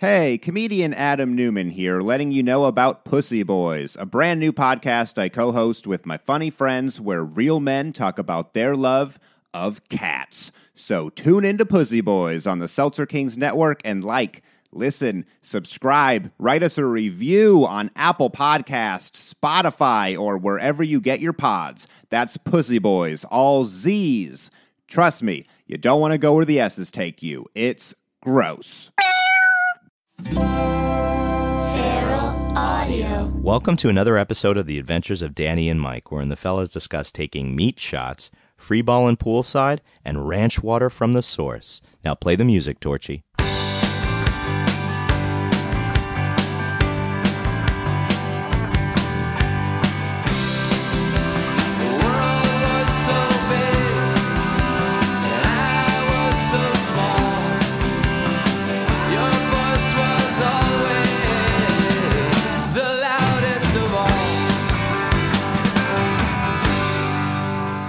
Hey, comedian Adam Newman here, letting you know about Pussy Boys, a brand new podcast I co host with my funny friends where real men talk about their love of cats. So tune into Pussy Boys on the Seltzer Kings Network and like, listen, subscribe, write us a review on Apple Podcasts, Spotify, or wherever you get your pods. That's Pussy Boys, all Z's. Trust me, you don't want to go where the S's take you. It's gross. Feral Audio. Welcome to another episode of The Adventures of Danny and Mike, wherein the fellas discuss taking meat shots, free balling poolside, and ranch water from the source. Now play the music, Torchy.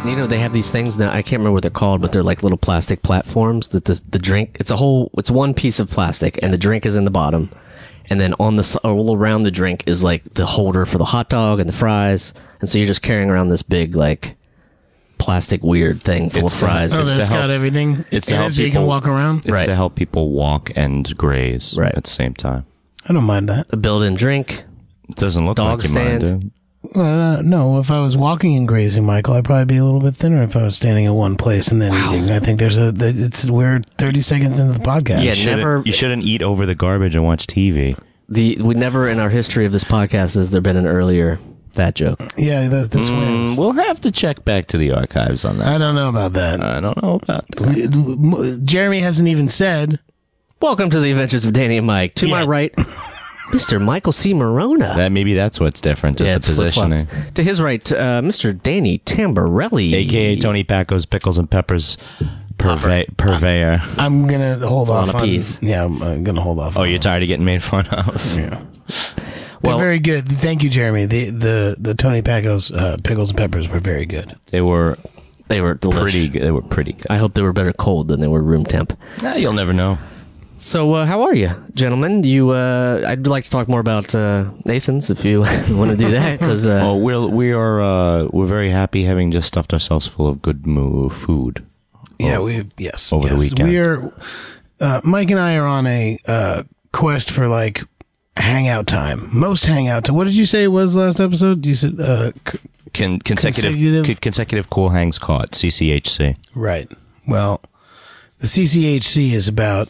You know, they have these things now. I can't remember what they're called, but they're like little plastic platforms that the the drink. It's a whole. It's one piece of plastic, and the drink is in the bottom, and then on the s- all around the drink is like the holder for the hot dog and the fries, and so you're just carrying around this big like plastic weird thing full It's of to- fries. Oh, Oh, It's to that's help- got everything. it's to It help is, so you can people- walk around. It's Right. to help people walk and graze Right. at the same time. I don't mind that. a built-in drink. It doesn't look Dog like you mind stand. it. Uh, no, if I was walking and grazing, Michael, I'd probably be a little bit thinner if I was standing in one place and then eating. I think there's a. that- It's we're thirty seconds into the podcast. Yeah, Shouldn't- never. you shouldn't eat over the garbage and watch TV. The we never in our history of this podcast has there been an earlier fat joke. yeah, that, this Mm. wins. We'll have to check back to the archives on that. I don't know about that. I don't know about that. We- m- Jeremy hasn't even said. Welcome to the Adventures of Danny and Mike. To my Yeah. right, Mr. Michael C. Morona. That- maybe that's what's different, just Yeah, the it's flip-flopped. positioning. To his right, uh, Mr. Danny Tamborelli. AKA Tony Paco's Pickles and Peppers purve- purveyor. I'm gonna hold lot off of on. peas. Yeah, I'm uh, gonna hold off. Oh, on you're tired of getting made fun of? They're Well- very good. Thank you, Jeremy. The the the Tony Pacos uh, pickles and peppers were very good. They were They were delish. pretty good. They were pretty good. I hope they were better cold than they were room temp. Nah, you'll never know. So, uh, how are you, gentlemen? You, uh, I'd like to talk more about uh, Nathan's if you want to do that, because uh, Oh, we're we are uh, we're very happy having just stuffed ourselves full of good moo food. Yeah, Oh, we yes over the yes. weekend. We are uh, Mike and I are on a uh, quest for like hangout time. Most hangout time. What did you say it was last episode? You said uh, c- Con- consecutive Consecutive- co- consecutive cool hangs caught CCHC. right. Well, the CCHC is about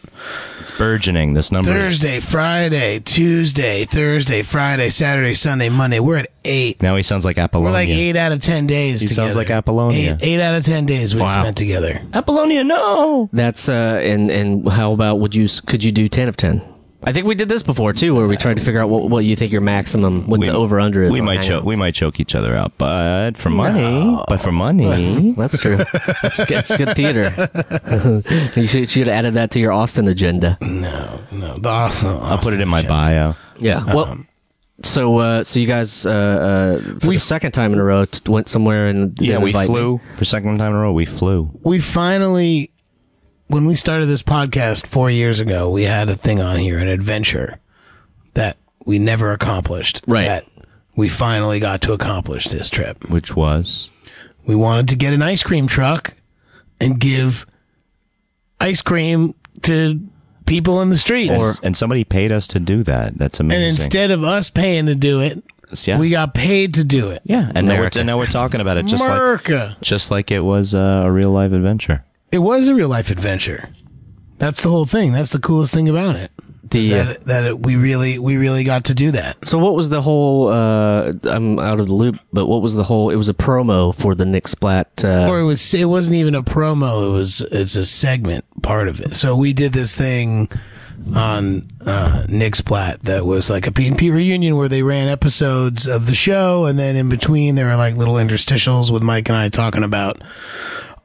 It's burgeoning. This number is- Thursday, Friday, Tuesday, Thursday, Friday, Saturday, Sunday, Monday. We're at eight. now he sounds like Apollonia. We're like eight out of ten days. He together. sounds like Apollonia. Eight, eight out of ten days we Wow. spent together. Apollonia, no. that's uh, and and how about would you s- could you do ten of ten? I think we did this before too, where we tried to figure out what, what you think your maximum, what the over under is. We on might choke. hangouts. We might choke each other out, but for money. But for money. Hmm? That's true. That's, that's good theater. you should, should have added that to your Austin agenda. No, no. The awesome. I'll put it in my bio. Yeah. Uh-huh. Well, so uh, so you guys, uh, uh, for the second time in a row, t- went somewhere and didn't Yeah, we invite me. flew for second time in a row. We flew. we finally when we started this podcast four years ago we had a thing on here an adventure that we never accomplished Right. that we finally got to accomplish this trip which was we wanted to get an ice cream truck and give ice cream to people in the streets or and somebody paid us to do that. That's amazing. and instead of us paying to do it yeah, we got paid to do it yeah, and now, we're, America. and now we're talking about it just like america just like it was uh, a real life adventure. it was a real life adventure that's the whole thing that's the coolest thing about it The, uh, that, it- that it, we really we really got to do that so what was the whole? Uh, I'm out of the loop, but what was the whole? It was a promo for the Nick Splat. Uh, or it was it wasn't even a promo it was it's a segment part of it so we did this thing on uh nick's plat that was like a p&p reunion where they ran episodes of the show and then in between there were like little interstitials with mike and i talking about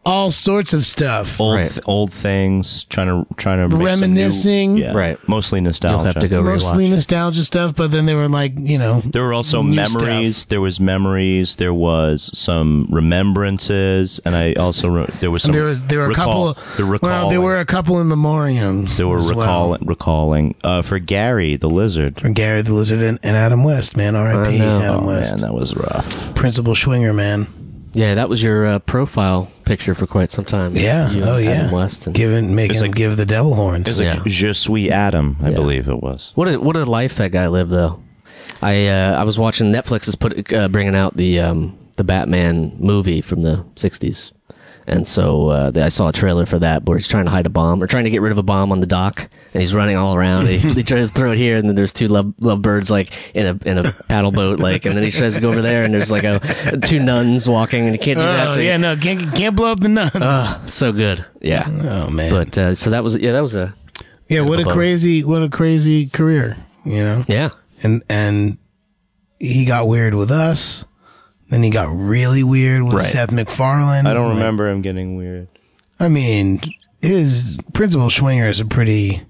all sorts of stuff. Old Right. old things, trying to trying to make some new- Reminiscing. yeah, Right. Mostly You'll nostalgia. have to go Mostly rewatch. nostalgia stuff, but then they were like, you know, There were also New memories. There was memories. There was some remembrances, and I also re- there was some. and there was there were recall- a couple. The recalling. well, there were a couple in memoriams. There were as recall- well. recalling uh, for Gary the lizard. from Gary the Lizard and, and Adam West, man. R.I.P. know. Adam Oh West, man, that was rough. Principal Schwinger, man. Yeah, that was your uh, profile picture for quite some time. Yeah. You oh and yeah. Adam West. And Giving making him give the devil horns. like- Yeah. Je suis Adam, I believe it was. What a what a life that guy lived though. I uh, I was watching Netflix is put uh, bringing out the um, the Batman movie from the '60s, and so uh, I saw a trailer for that where he's trying to hide a bomb or trying to get rid of a bomb on the dock, and he's running all around. he, he tries to throw it here, and then there's two love lovebirds like in a in a paddle boat, like, and then he tries to go over there, and there's like a two nuns walking, and he can't do that. Oh So he- yeah, no, can't can't blow up the nuns. Ah, so good, yeah. oh man, But uh, so that was yeah, that was a yeah, what a bummer. crazy, what a crazy career, you know. yeah. and and he got weird with us. Then he got really weird with Right. Seth MacFarlane. I don't remember him getting weird. I mean, his principal Schwinger is a pretty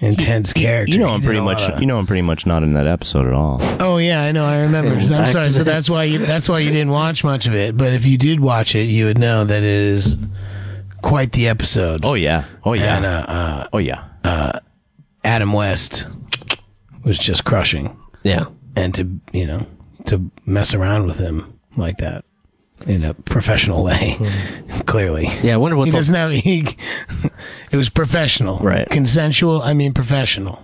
intense character. You know, He I'm did pretty a much. lot of- You know, I'm pretty much not in that episode at all. Oh yeah, I know. I remember. And I'm back sorry. to So this. that's why you, that's why you didn't watch much of it. But if you did watch it, you would know that it is quite the episode. Oh yeah. Oh yeah. And uh, uh, oh yeah. Adam West was just crushing, Yeah. and to you know to mess around with him like that in a professional way, Hmm. clearly. Yeah, I wonder what He the doesn't have. He, it was professional, Right. Consensual. I mean, professional.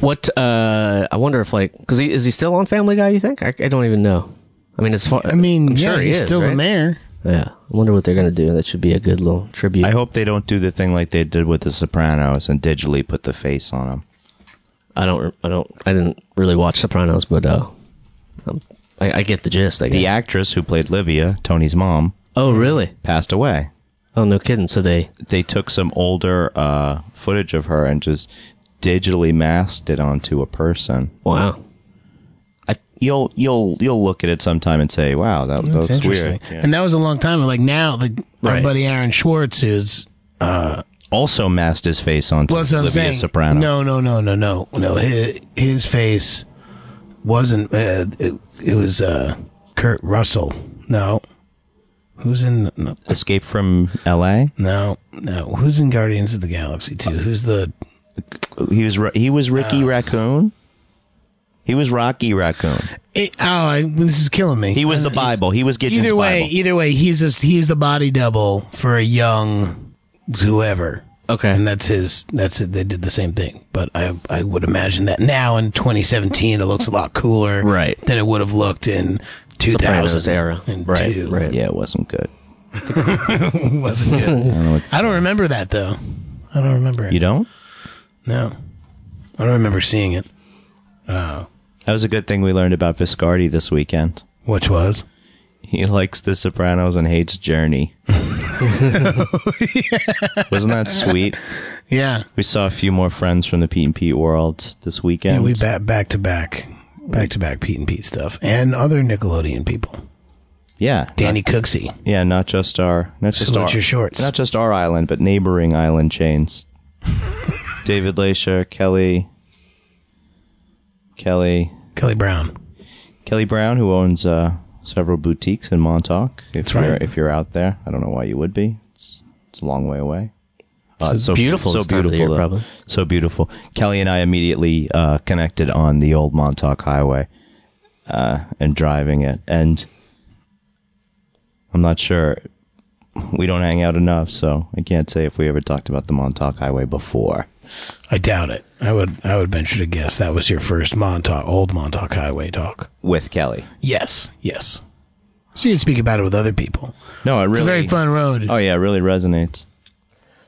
What uh I wonder if like because he, is he still on Family Guy? You think? I, I don't even know. I mean, as far I mean, I'm yeah, sure he he's is, still right? the mayor. yeah. I wonder what they're gonna do. That should be a good little tribute. I hope they don't do the thing like they did with The Sopranos and digitally put the face on him. I don't. I don't. I didn't really watch Sopranos, but uh, um, I, I get the gist. I guess. The actress who played Livia, Tony's mom, oh, really? passed away. Oh, no kidding. So they. They took some older uh, footage of her and just digitally masked it onto a person. Wow. You'll you'll you'll look at it sometime and say, "Wow, that, that That's looks interesting. weird." Yeah. And that was a long time. ago. Like now, like Right. our buddy Aaron Schwartz is. Also masked his face onto Well, that's what I'm Livia saying. Soprano. No, no, no, no, no, no. His, his face wasn't. Uh, it, it was uh, Kurt Russell. No, who's in? No, Escape from L.A. no, no. Who's in Guardians of the Galaxy too? Who's the? He was Ri- he was Ricky Raccoon. He was Rocky Raccoon. It, oh, I, this is killing me. He was the I- he's- Bible. He was Gideon's either way, Bible. either way, he's just he's the body double for a young whoever, Okay. and that's his. That's it. They did the same thing, but I I would imagine that now in 2017 it looks a lot cooler, Right. than it would have looked in 2000 Sopranos era. and Right, two. right. yeah, it wasn't good. wasn't good. I don't remember that though. I don't remember it. You don't? No, I don't remember seeing it. That was a good thing we learned about Viscardi this weekend. Which was He likes The Sopranos and hates Journey. Wasn't that sweet? yeah, We saw a few more friends from the Pete and Pete world this weekend. yeah. We back back to back, back to back Pete and Pete stuff, and other Nickelodeon people. yeah, Danny Cooksey. yeah, not just our, not just Salute our, your shorts. not just our island, but neighboring island chains. David Leisha, Kelly, Kelly, Kelly Brown. Kelly Brown, who owns uh, several boutiques in Montauk. If That's you're right. if you're out there, I don't know why you would be. It's it's a long way away. Uh, It's beautiful So this time of beautiful, the year, though. probably. So beautiful. Kelly and I immediately uh, connected on the old Montauk Highway uh, and driving it. And I'm not sure. We don't hang out enough, so I can't say if we ever talked about the Montauk Highway before. I doubt it. I would I would venture to guess that was your first Montauk old Montauk Highway talk. with Kelly. Yes, yes. So you'd speak about it with other people. No, it really. It's a very fun road. Uh, Oh yeah, it really resonates.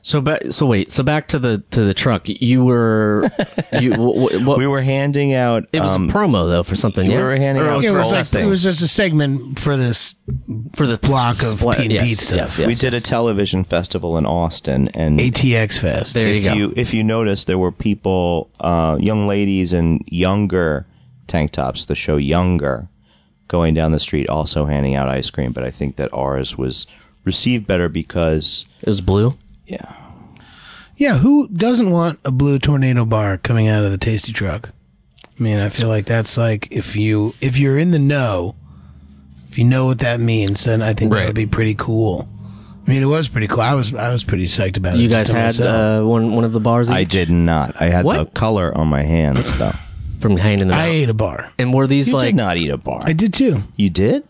So back. So wait. So back to the to the truck. You were. You. Wh- wh- what, We were handing out. it was um, a promo though for something. we yeah. were handing Or out it was Yeah, it, for was all like, things. it was just a segment for this. for the block of split- Pete and yes, Pete stuff. Yes, yes, we did a yes. television festival in Austin, and ATX Fest. There if you go. you if you notice, there were people, uh, young ladies in younger tank tops. The show Younger, going down the street, also handing out ice cream. But I think that ours was received better because It was blue. yeah, Yeah, who doesn't want a blue tornado bar coming out of the tasty truck? I mean, I feel like that's like if you if you're in the know, if you know what that means, then I think that Right. would be pretty cool. I mean, it was pretty cool. I was I was pretty psyched about it. You guys just to had myself. uh, one one of the bars. I each? did not. I had What? the color on my hands though. from handing them I out. ate a bar. And were these You like did not eat a bar. I did too. You did?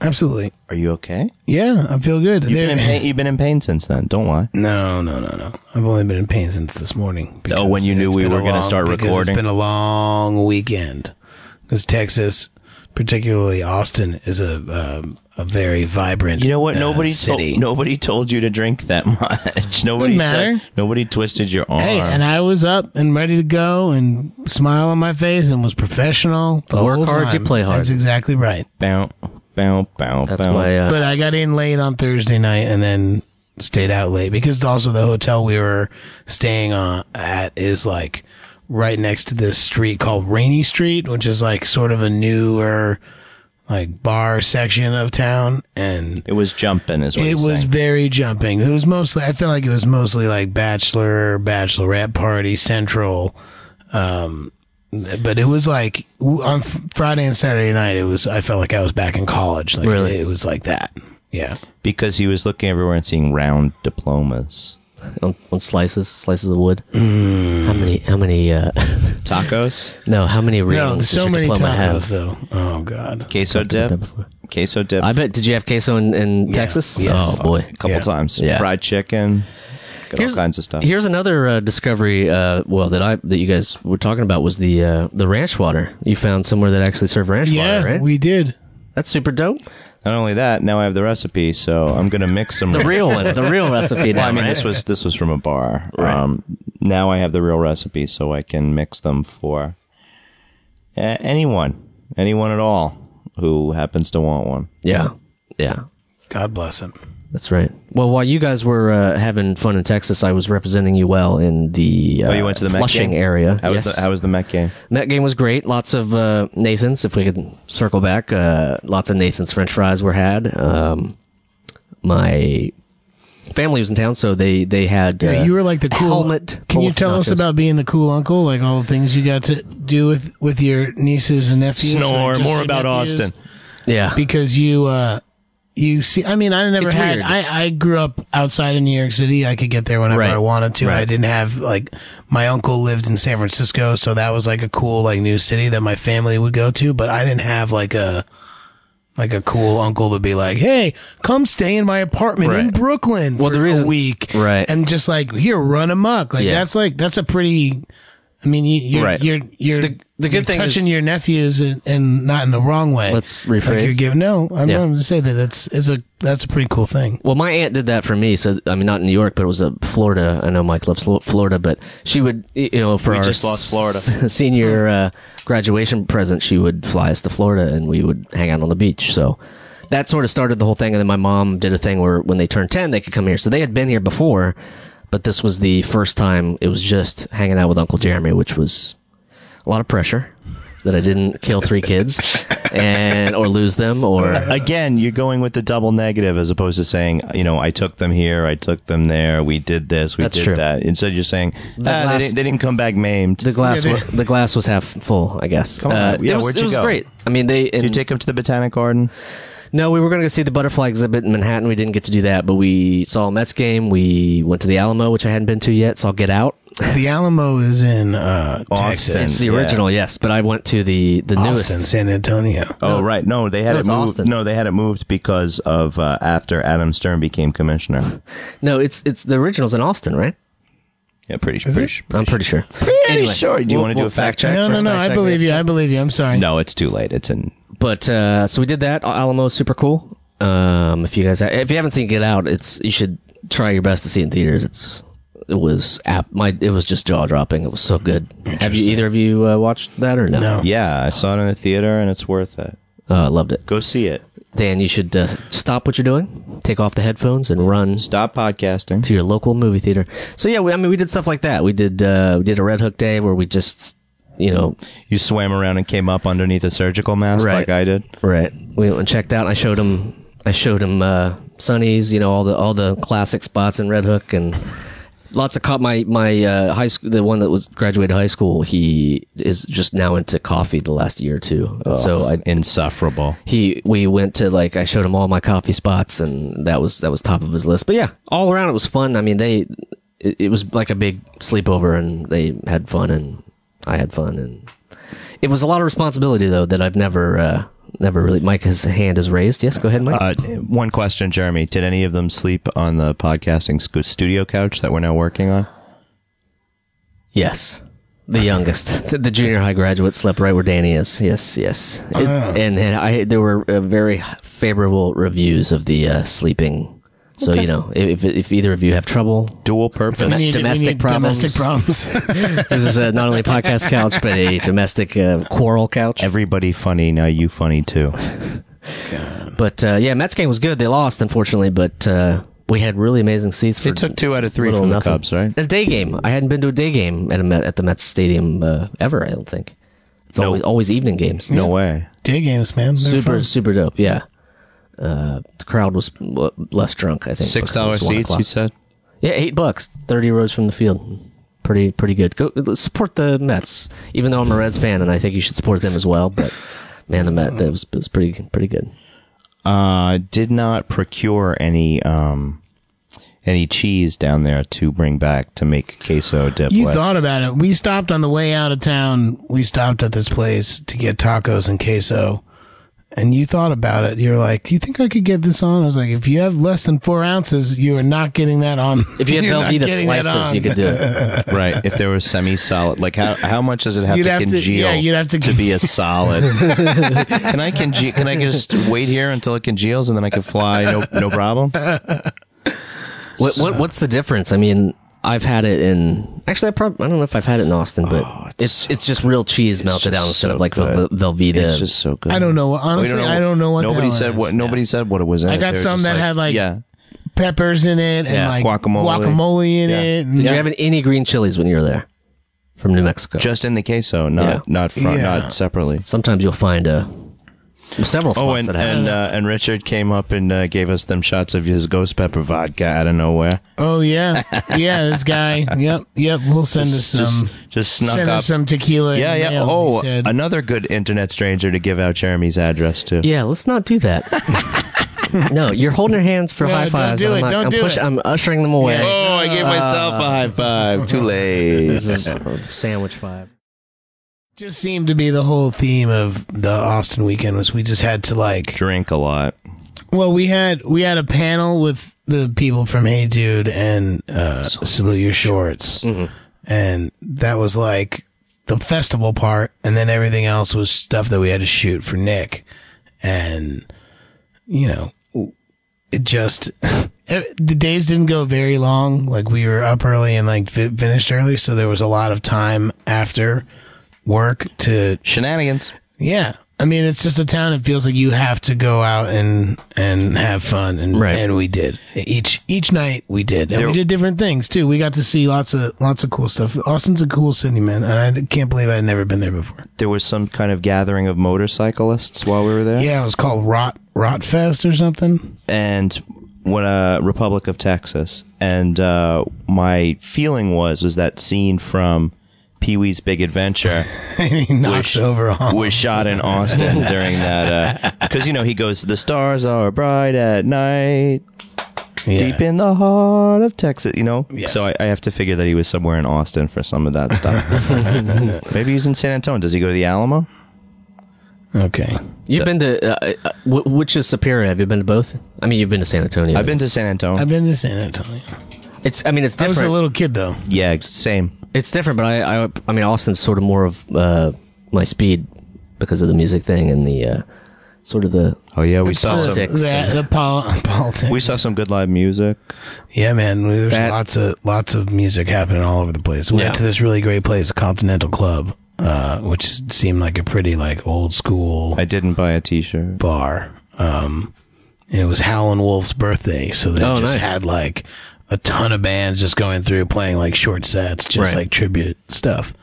Absolutely. Are you okay? Yeah, I feel good. You've There- been, in pain, you've been in pain since then. Don't lie. No, no, no, no. I've only been in pain since this morning. because Oh, when you knew it's we been a were gonna long- start because recording? It's been a long weekend. Because Texas, particularly Austin, is a um, a very vibrant. You know what? uh, Nobody city. told nobody told you to drink that much. Nobody matter. said, nobody twisted your arm. Hey, and I was up and ready to go and smile on my face and was professional the Work whole hard, time. you play hard. That's exactly right. bow, bow, bow, that's bow. my uh, But I got in late on Thursday night and then stayed out late because also the hotel we were staying on at is like right next to this street called Rainy Street, which is like sort of a newer like bar section of town and It was jumping, is what it he's was saying. very jumping. It was mostly. I feel like it was mostly like bachelor, bachelorette party central. Um, but it was like w- on f- Friday and Saturday night. It was. I felt like I was back in college. Like, Really? it was like that. Yeah. because he was looking everywhere and seeing round diplomas, on, on slices, slices of wood. How many? How many? Uh, tacos, no, how many rings? No, does there's so your many diploma have? tacos though. Oh God. queso dip, that before. queso dip. I bet. Did you have queso in, in Texas? Yes. Oh boy. a couple Yeah. times. Yeah. Fried chicken, got all Here's- kinds of stuff. Here's another uh, discovery. Uh, well, that I that you guys were talking about was the uh, the ranch water. You found somewhere that actually served ranch Yeah, water, right? we did. That's super dope. Not only that, now I have the recipe, so I'm gonna mix some. The real one, the real recipe. Now, I mean, right? this was this was from a bar. Um, now I have the real recipe, so I can mix them for uh, anyone, anyone at all who happens to want one. yeah, yeah. God bless him. That's right. Well, while you guys were uh, having fun in Texas, I was representing you well in the uh, Oh, you went to the Met Flushing game? area. How yes. was the How was the Met game? That game was great. Lots of uh, Nathan's. If we could circle back, uh, lots of Nathan's French fries were had. Um, my family was in town, so they they had. Uh, you were like the a cool. helmet. Can full you of tell us nachos. about being the cool uncle? Like all the things you got to do with with your nieces and nephews. or just your nephews? Uh, Yeah, because you uh you see i mean i never It's had weird. I, I grew up outside of new york city i could get there whenever Right. i wanted to i didn't have like my uncle lived in san francisco so that was like a cool like new city that my family would go to but i didn't have like a like a cool uncle to be like hey come stay in my apartment in Right. brooklyn Well, for the reason- a week Right. and just like here run amok like Yeah. that's like that's a pretty I mean, you, you're, Right. you're you're The- the good you're thing touching is- your nephews and, and not in the wrong way. Let's Like, rephrase. you're giving no. I'm Yeah. not going to say that. That's is a that's a pretty cool thing. Well, my aunt did that for me. So I mean, not in New York, but it was a Florida. I know Mike loves Flo- Florida, but she would, y- you know, for We our just lost Florida. s- senior uh, graduation present, she would fly us to Florida, and we would hang out on the beach. So that sort of started the whole thing. And then my mom did a thing where when they turned ten, they could come here. So they had been here before, but this was the first time. It was just hanging out with Uncle Jeremy, which was a lot of pressure. That I didn't kill three kids, and or lose them, or Again, you're going with the double negative as opposed to saying, you know, I took them here, I took them there, we did this, we That's did true. that. Instead, you're saying ah, glass- they, didn't, they didn't come back maimed. The glass, Yeah, wa- the glass was half full, I guess. Uh, Come on, yeah, it was, where'd it you was go? great. I mean, they. Did And, you take them to the Botanic Garden? no, we were going to go see the butterfly exhibit in Manhattan. We didn't get to do that, but we saw a Mets game. We went to the Alamo, which I hadn't been to yet. Saw Get Out. The Alamo is in uh, Austin. Texas, It's the Yeah. original, yes, but I went to the the newest. Austin, San Antonio. Oh, right. No, they had No, it it's moved. Austin. No, they had it moved because of uh, after Adam Stern became commissioner. No, it's it's the original's in Austin, right? Yeah, pretty pretty, I'm pretty sure. Pretty sure. Do you wanna do a fact check? No, no, no. I believe you. I believe you. I'm sorry. No, it's too late. It's in But uh, so we did that. Alamo, super cool. Um, if you guys, if you haven't seen Get Out, it's you should try your best to see it in theaters. It's it was app my it was just jaw dropping. It was so good. Have you either of you uh, watched that or no? No. Yeah, I saw it in the theater and it's worth it. uh, loved it. Go see it. Dan, you should uh, stop what you're doing, take off the headphones, and run Stop podcasting. to your local movie theater. So yeah, we, I mean, we did stuff like that. We did uh, we did a Red Hook Day where we just you know You swam around and came up underneath a surgical mask Right. like I did. Right. We went and checked out. I showed him. I showed him uh, Sonny's, you know, all the all the classic spots in Red Hook and lots of co- my my uh, high school the one that was graduated high school, he is just now into coffee the last year or two. And so I Insufferable. he we went to like I showed him all my coffee spots and that was that was top of his list. But yeah, all around it was fun. I mean, they it, it was like a big sleepover and they had fun and I had fun and it was a lot of responsibility though that I've never uh never really Mike his hand is raised. Yes, go ahead, Mike. Uh, one question, Jeremy. Did any of them sleep on the podcasting scu- studio couch that we're now working on? yes. The youngest, the, the junior high graduate slept right where Danny is. Yes, yes. It- and, and I there were uh, very favorable reviews of the uh, sleeping so you know, if if either of you have trouble, Dual purpose. We need- domestic problems. Domestic problems. this is uh not only podcast couch, but a domestic uh, quarrel couch. Everybody funny. Now you funny too. But uh, yeah, Mets game was good. They lost, unfortunately, but uh, we had really amazing seats. For They took two out of three little from the nothing. Cubs, right? A day game. I hadn't been to a day game at a Met, at the Mets stadium uh, ever. I don't think. It's always, always evening games. No way. Day games, man. They're super fun. super dope. Yeah. Uh, the crowd was l- less drunk. I think Six because it dollar was one seats. o'clock. You said. Yeah, eight bucks, thirty rows from the field. Pretty pretty good. Go support the Mets, even though I'm a Reds fan, and I think you should support them as well. But man, the Met that was, was pretty pretty good. Uh, did not procure any um any cheese down there to bring back to make queso dip. You with. thought about it. We stopped on the way out of town. We stopped at this place to get tacos and queso. And you thought about it. You're like, do you think I could get this on? I was like, if you have less than four ounces, you are not getting that on. If you had You're not Velveeta getting that slices, you on. could do it. right? If there was semi solid, like how how much does it have You'd to have to- congeal? yeah, you'd have to- be a solid. can I conge- Can I just wait here until it congeals and then I can fly? No, no problem. What, what what's the difference? I mean, I've had it in actually, I probably I don't know if I've had it in Austin, but it's it's, just real cheese melted just down instead so of like good. Vel- Velveeta. It's just so good. I don't know. We Honestly, I don't know what the Nobody hell it said is. what. Nobody said what it was. In I it. got They were some just that had, like, yeah. Peppers in it Yeah. and like Guacamole. guacamole in Yeah. it. Did And you have any green chilies when you were there from New Mexico? Just in the queso, not Yeah. not front, Yeah. not separately. Sometimes you'll find uh, several spots Oh, and that have. and, uh, and Richard came up and uh, gave us them shots of his ghost pepper vodka out of nowhere. oh yeah, yeah. This guy. Yep, yep. We'll send us just, some. just snuck Send up. um, us some tequila. yeah, and yeah. mail, he oh, said. another good internet stranger to give out Jeremy's address to. Yeah, let's not do that. no, you're holding your hands for No, high don't fives. do I'm it, not- don't I'm do it. I'm ushering them away. Oh, I gave myself a high five. Too late. Sandwich five. just seemed to be the whole theme of the Austin weekend was we just had to like Drink a lot. well we had we had a panel with the people from Hey Dude and uh, Salute Your Shorts and that was like the festival part and then everything else was stuff that we had to shoot for Nick and you know it just the days didn't go very long like we were up early and like fi- finished early so there was a lot of time after work to Shenanigans. yeah. I mean, it's just a town. It feels like you have to go out and and have fun, and Right. and we did each each night we did, and we did different things too. We got to see lots of lots of cool stuff. Austin's a cool city, man, and I can't believe I'd never been there before. There was some kind of gathering of motorcyclists while we were there. Yeah, it was called Rot Rot Fest or something. and what uh, Republic of Texas. And uh, my feeling was was that scene from Pee Wee's Big Adventure And he knocks over on. was shot in Austin during that because you know he goes the stars are bright at night yeah. deep in the heart of Texas. You know, Yes. so I, I have to figure that he was somewhere in Austin for some of that stuff. Maybe he's in San Antonio. Does he go to the Alamo? Okay. You've been to uh, uh, wh- which is superior? Have you been to both? I mean, you've been to San Antonio. I've been to San Antonio. I've been to San Antonio. It's. I mean, it's I different. was a little kid though. yeah, it's the same. it's different, but I, I. I mean, Austin's sort of more of uh, my speed because of the music thing and the uh, sort of the. Oh yeah, we saw some. Politics. The, the pol- politics. We saw some good live music. Yeah, man. There's That- lots of lots of music happening all over the place. We Yeah. went to this really great place, Continental Club, uh, which seemed like a pretty like old school I didn't buy a T-shirt. bar. Um, and it was Howlin' Wolf's birthday, so they Oh, just nice. had like a ton of bands just going through playing like short sets, just Right. like tribute stuff.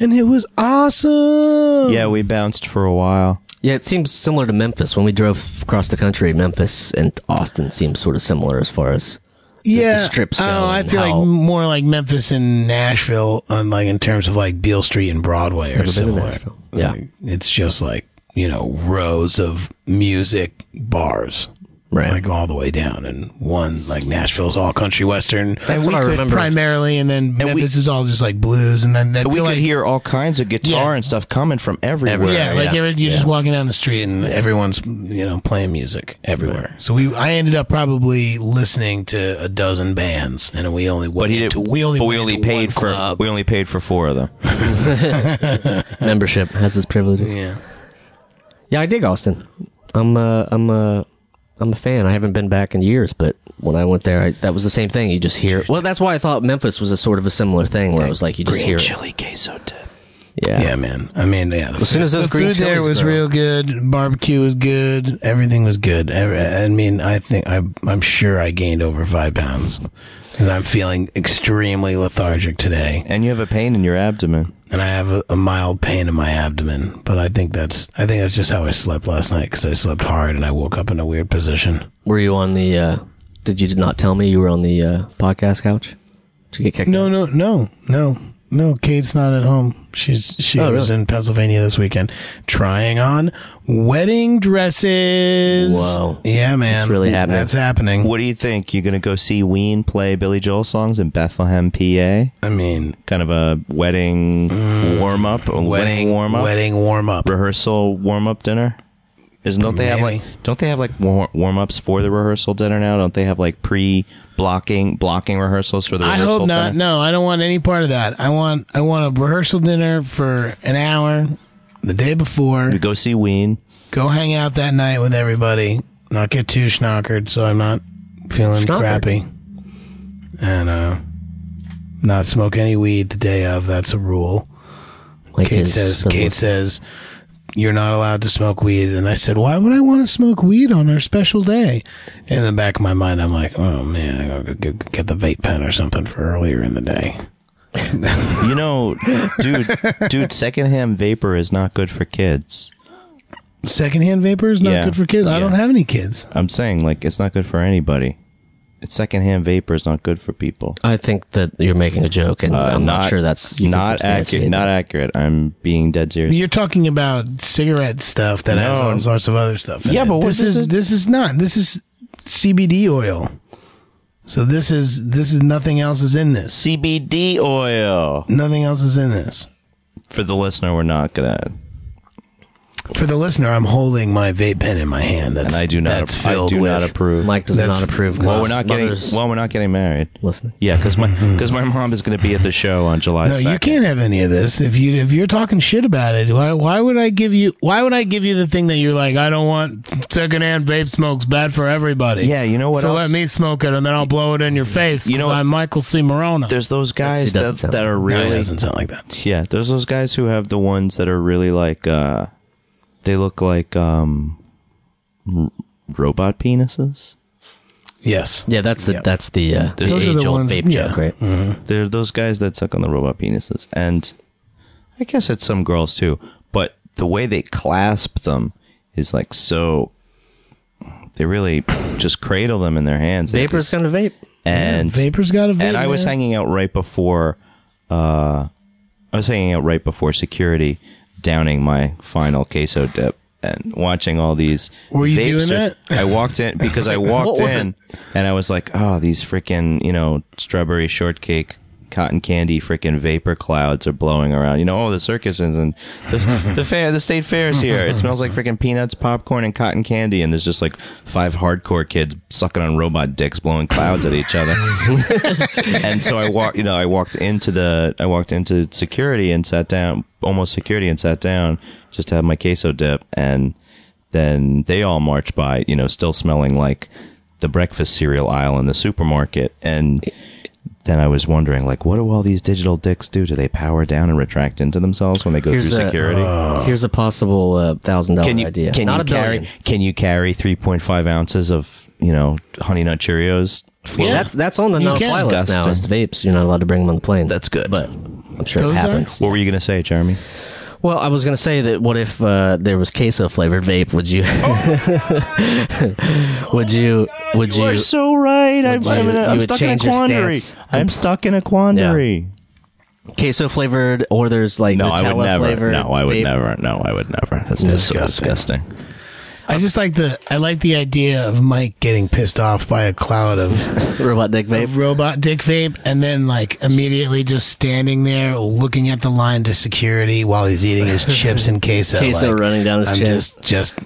And it was awesome. Yeah, we bounced for a while. Yeah, it seems similar to Memphis. When we drove across the country, Memphis and Austin seems sort of similar as far as yeah. strips go Oh, I and feel how- like more like Memphis and Nashville, on like in terms of like Beale Street and Broadway are been to similar. Nashville. Yeah. Like, it's just like you know rows of music bars. Right. Like all the way down, and one like Nashville's all country western. That's what I remember. primarily, and then Memphis is all just like blues, and then that We feel could like, hear all kinds of guitar Yeah. and stuff coming from everywhere. Everywhere. Yeah, like yeah. every- you're just walking down the street and everyone's you know playing music everywhere. So we, I ended up probably listening to a dozen bands, and we only But went he did. to we only, but we went only into paid one for club. we only paid for four of them. membership has its privileges. yeah. Yeah, I dig Austin. I'm uh, I'm uh, I'm a fan. I haven't been back in years, but when I went there, I, that was the same thing. You just hear. Well, that's why I thought Memphis was a sort of a similar thing, where it was like you just hear. it. chili queso dip. Yeah. Yeah, man. I mean, yeah. The As soon as those the green food there chilies was grow. real good. Barbecue was good. Everything was good. Every, I mean, I think I, I'm sure I gained over five pounds, and I'm feeling extremely lethargic today. And you have a pain in your abdomen. and I have a, a mild pain in my abdomen. But I think that's I think that's just how I slept last night because I slept hard and I woke up in a weird position. Were you on the? Uh, did you not tell me you were on the uh, podcast couch? Did you get kicked? No, no, no, no, no. Kate's not at home. She's she was in Pennsylvania this weekend trying on wedding dresses. Whoa. yeah, man, It's really happening. That's happening. What do you think? You're gonna go see Ween play Billy Joel songs in Bethlehem, PA? I mean, Kind of a wedding warm up, Mm. wedding warm up, wedding warm up. rehearsal warm up dinner. Isn't don't they have Maybe. like don't they have like warm ups for the rehearsal dinner now? Don't they have like pre blocking blocking rehearsals for the I rehearsal hope not. dinner? No, I don't want any part of that. I want I want a rehearsal dinner for an hour the day before. We go see Ween. go hang out that night with everybody. Not get too schnockered, so I'm not feeling Schnockered? crappy. And uh, not smoke any weed the day of. That's a rule. Like Kate his- says. his- Kate says you're not allowed to smoke weed. And I said, why would I want to smoke weed on our special day? In the back of my mind, I'm like, oh man, I gotta go get get the vape pen or something for earlier in the day. You know, dude, dude, secondhand vapor is not good for kids. Secondhand vapor is not Yeah. good for kids. I Yeah. don't have any kids. I'm saying like it's not good for anybody. It's secondhand vapor is not good for people. I think that you're making a joke, and I'm not, sure that's you can not substantiate accurate. Not accurate. I'm being dead serious. You're talking about cigarette stuff that has all sorts of other stuff. in Yeah, it. but what this does is it- this is not. This is CBD oil. So this is this is nothing else is in this. CBD oil Nothing else is in this. for the listener. We're not gonna. For the listener, I'm holding my vape pen in my hand. That's And I do not. That's I filled do with. not approve. Mike does That's- not approve. 'cause well, we're his not getting. mother's Well, we're not getting married. listening. Yeah, because my because my mom is gonna be at the show on July. no, 2nd. you can't have any of this. If you if you're talking shit about it, why why would I give you why would I give you the thing that you're like I don't want secondhand vape smokes bad for everybody. Yeah, you know what So else? let me smoke it and then I'll blow it in your face. You You know know what- I'm Michael C. Morona. There's those guys It doesn't that, sound that are No, it really. doesn't sound like that. yeah, there's those guys who have the ones that are really like. uh They look like um r- robot penises. Yes. Yeah, that's the that's the uh, the Those are age the old ones- vape yeah. joke, right? They're those guys that suck on the robot penises, and I guess it's some girls too. But the way they clasp them is like so. They really just cradle them in their hands. They Vapor's just- gonna vape. and Vapor's got a vape. and I was man. hanging out right before. Uh, I was hanging out right before security, downing my final queso dip. And watching all these, Were you vapes doing start- I walked in because I walked was in, and I was like, "Oh, these freaking you know strawberry shortcake, cotton candy, freaking vapor clouds are blowing around." You know, oh, the circus is and the, the fair, the state fair is here. It smells like freaking peanuts, popcorn, and cotton candy, and there's just like five hardcore kids sucking on robot dicks, blowing clouds at each other and so I walked, you know, I walked into the, I walked into security and sat down, almost security and sat down just to have my queso dip. And then they all marched by, you know, still smelling like the breakfast cereal aisle in the supermarket. And then I was wondering, like, what do all these digital dicks do? Do they power down and retract into themselves when they go Here's through a- security? Here's a possible uh, thousand dollar can you idea. can Not you a carry billion. can you carry 3.5 ounces of you know honey nut cheerios Well, that's that's on the no can. fly list now. Is the vapes? You're not allowed to bring them on the plane. That's good. But I'm sure Those it are- happens. what were you gonna say jeremy Well, I was gonna say that. What if uh, there was queso flavored vape? Would you? Oh would you? Would you? You're so right. I'm, you- I'm, in a, you I'm would stuck in a change your quandary. stance. I'm stuck in a quandary. queso flavored or there's like No, Nutella I would never. flavored. no, I would vape. never. No, I would never. That's just so disgusting. I just like the I like the idea of Mike getting pissed off by a cloud of Robot dick vape. robot dick vape and then like immediately just standing there looking at the line to security while he's eating his chips and queso. Queso like, running down his I'm chin. just just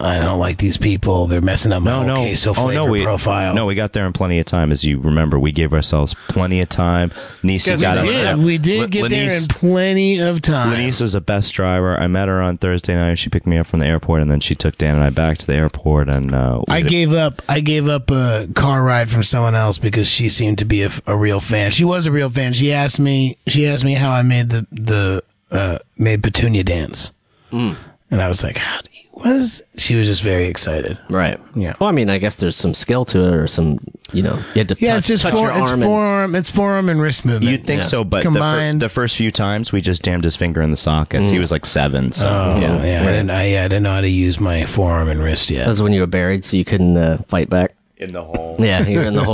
I don't like these people. They're messing up my whole queso flavor we, profile. Oh, No, we got there in plenty of time. As you remember, we gave ourselves plenty of time. Nisi we got us. did. We did L- get there Lanice- in plenty of time. Denise was the best driver. I met her on Thursday night. She picked me up from the airport, and then she took Dan and I back to the airport. And uh, we I had a- gave up. I gave up a car ride from someone else because she seemed to be a, a real fan. She was a real fan. She asked me. She asked me how I made the the uh, made Petunia dance, Hmm. and I was like, "How do you?" What is? She was just very excited. Right. Yeah. Well, I mean, I guess there's some skill to it, or some, you know, you had to. Yeah, touch, it's just touch fore, your it's arm and- forearm. It's forearm and wrist movement. You'd think Yeah. so, but the, fir- Combined. the first few times we just jammed his finger in the sockets. He was like seven. So Oh, yeah, Yeah. I Right. didn't. I, yeah, I didn't know how to use my forearm and wrist yet. That was when you were buried, so you couldn't uh, fight back. in the hole. Yeah, you're in the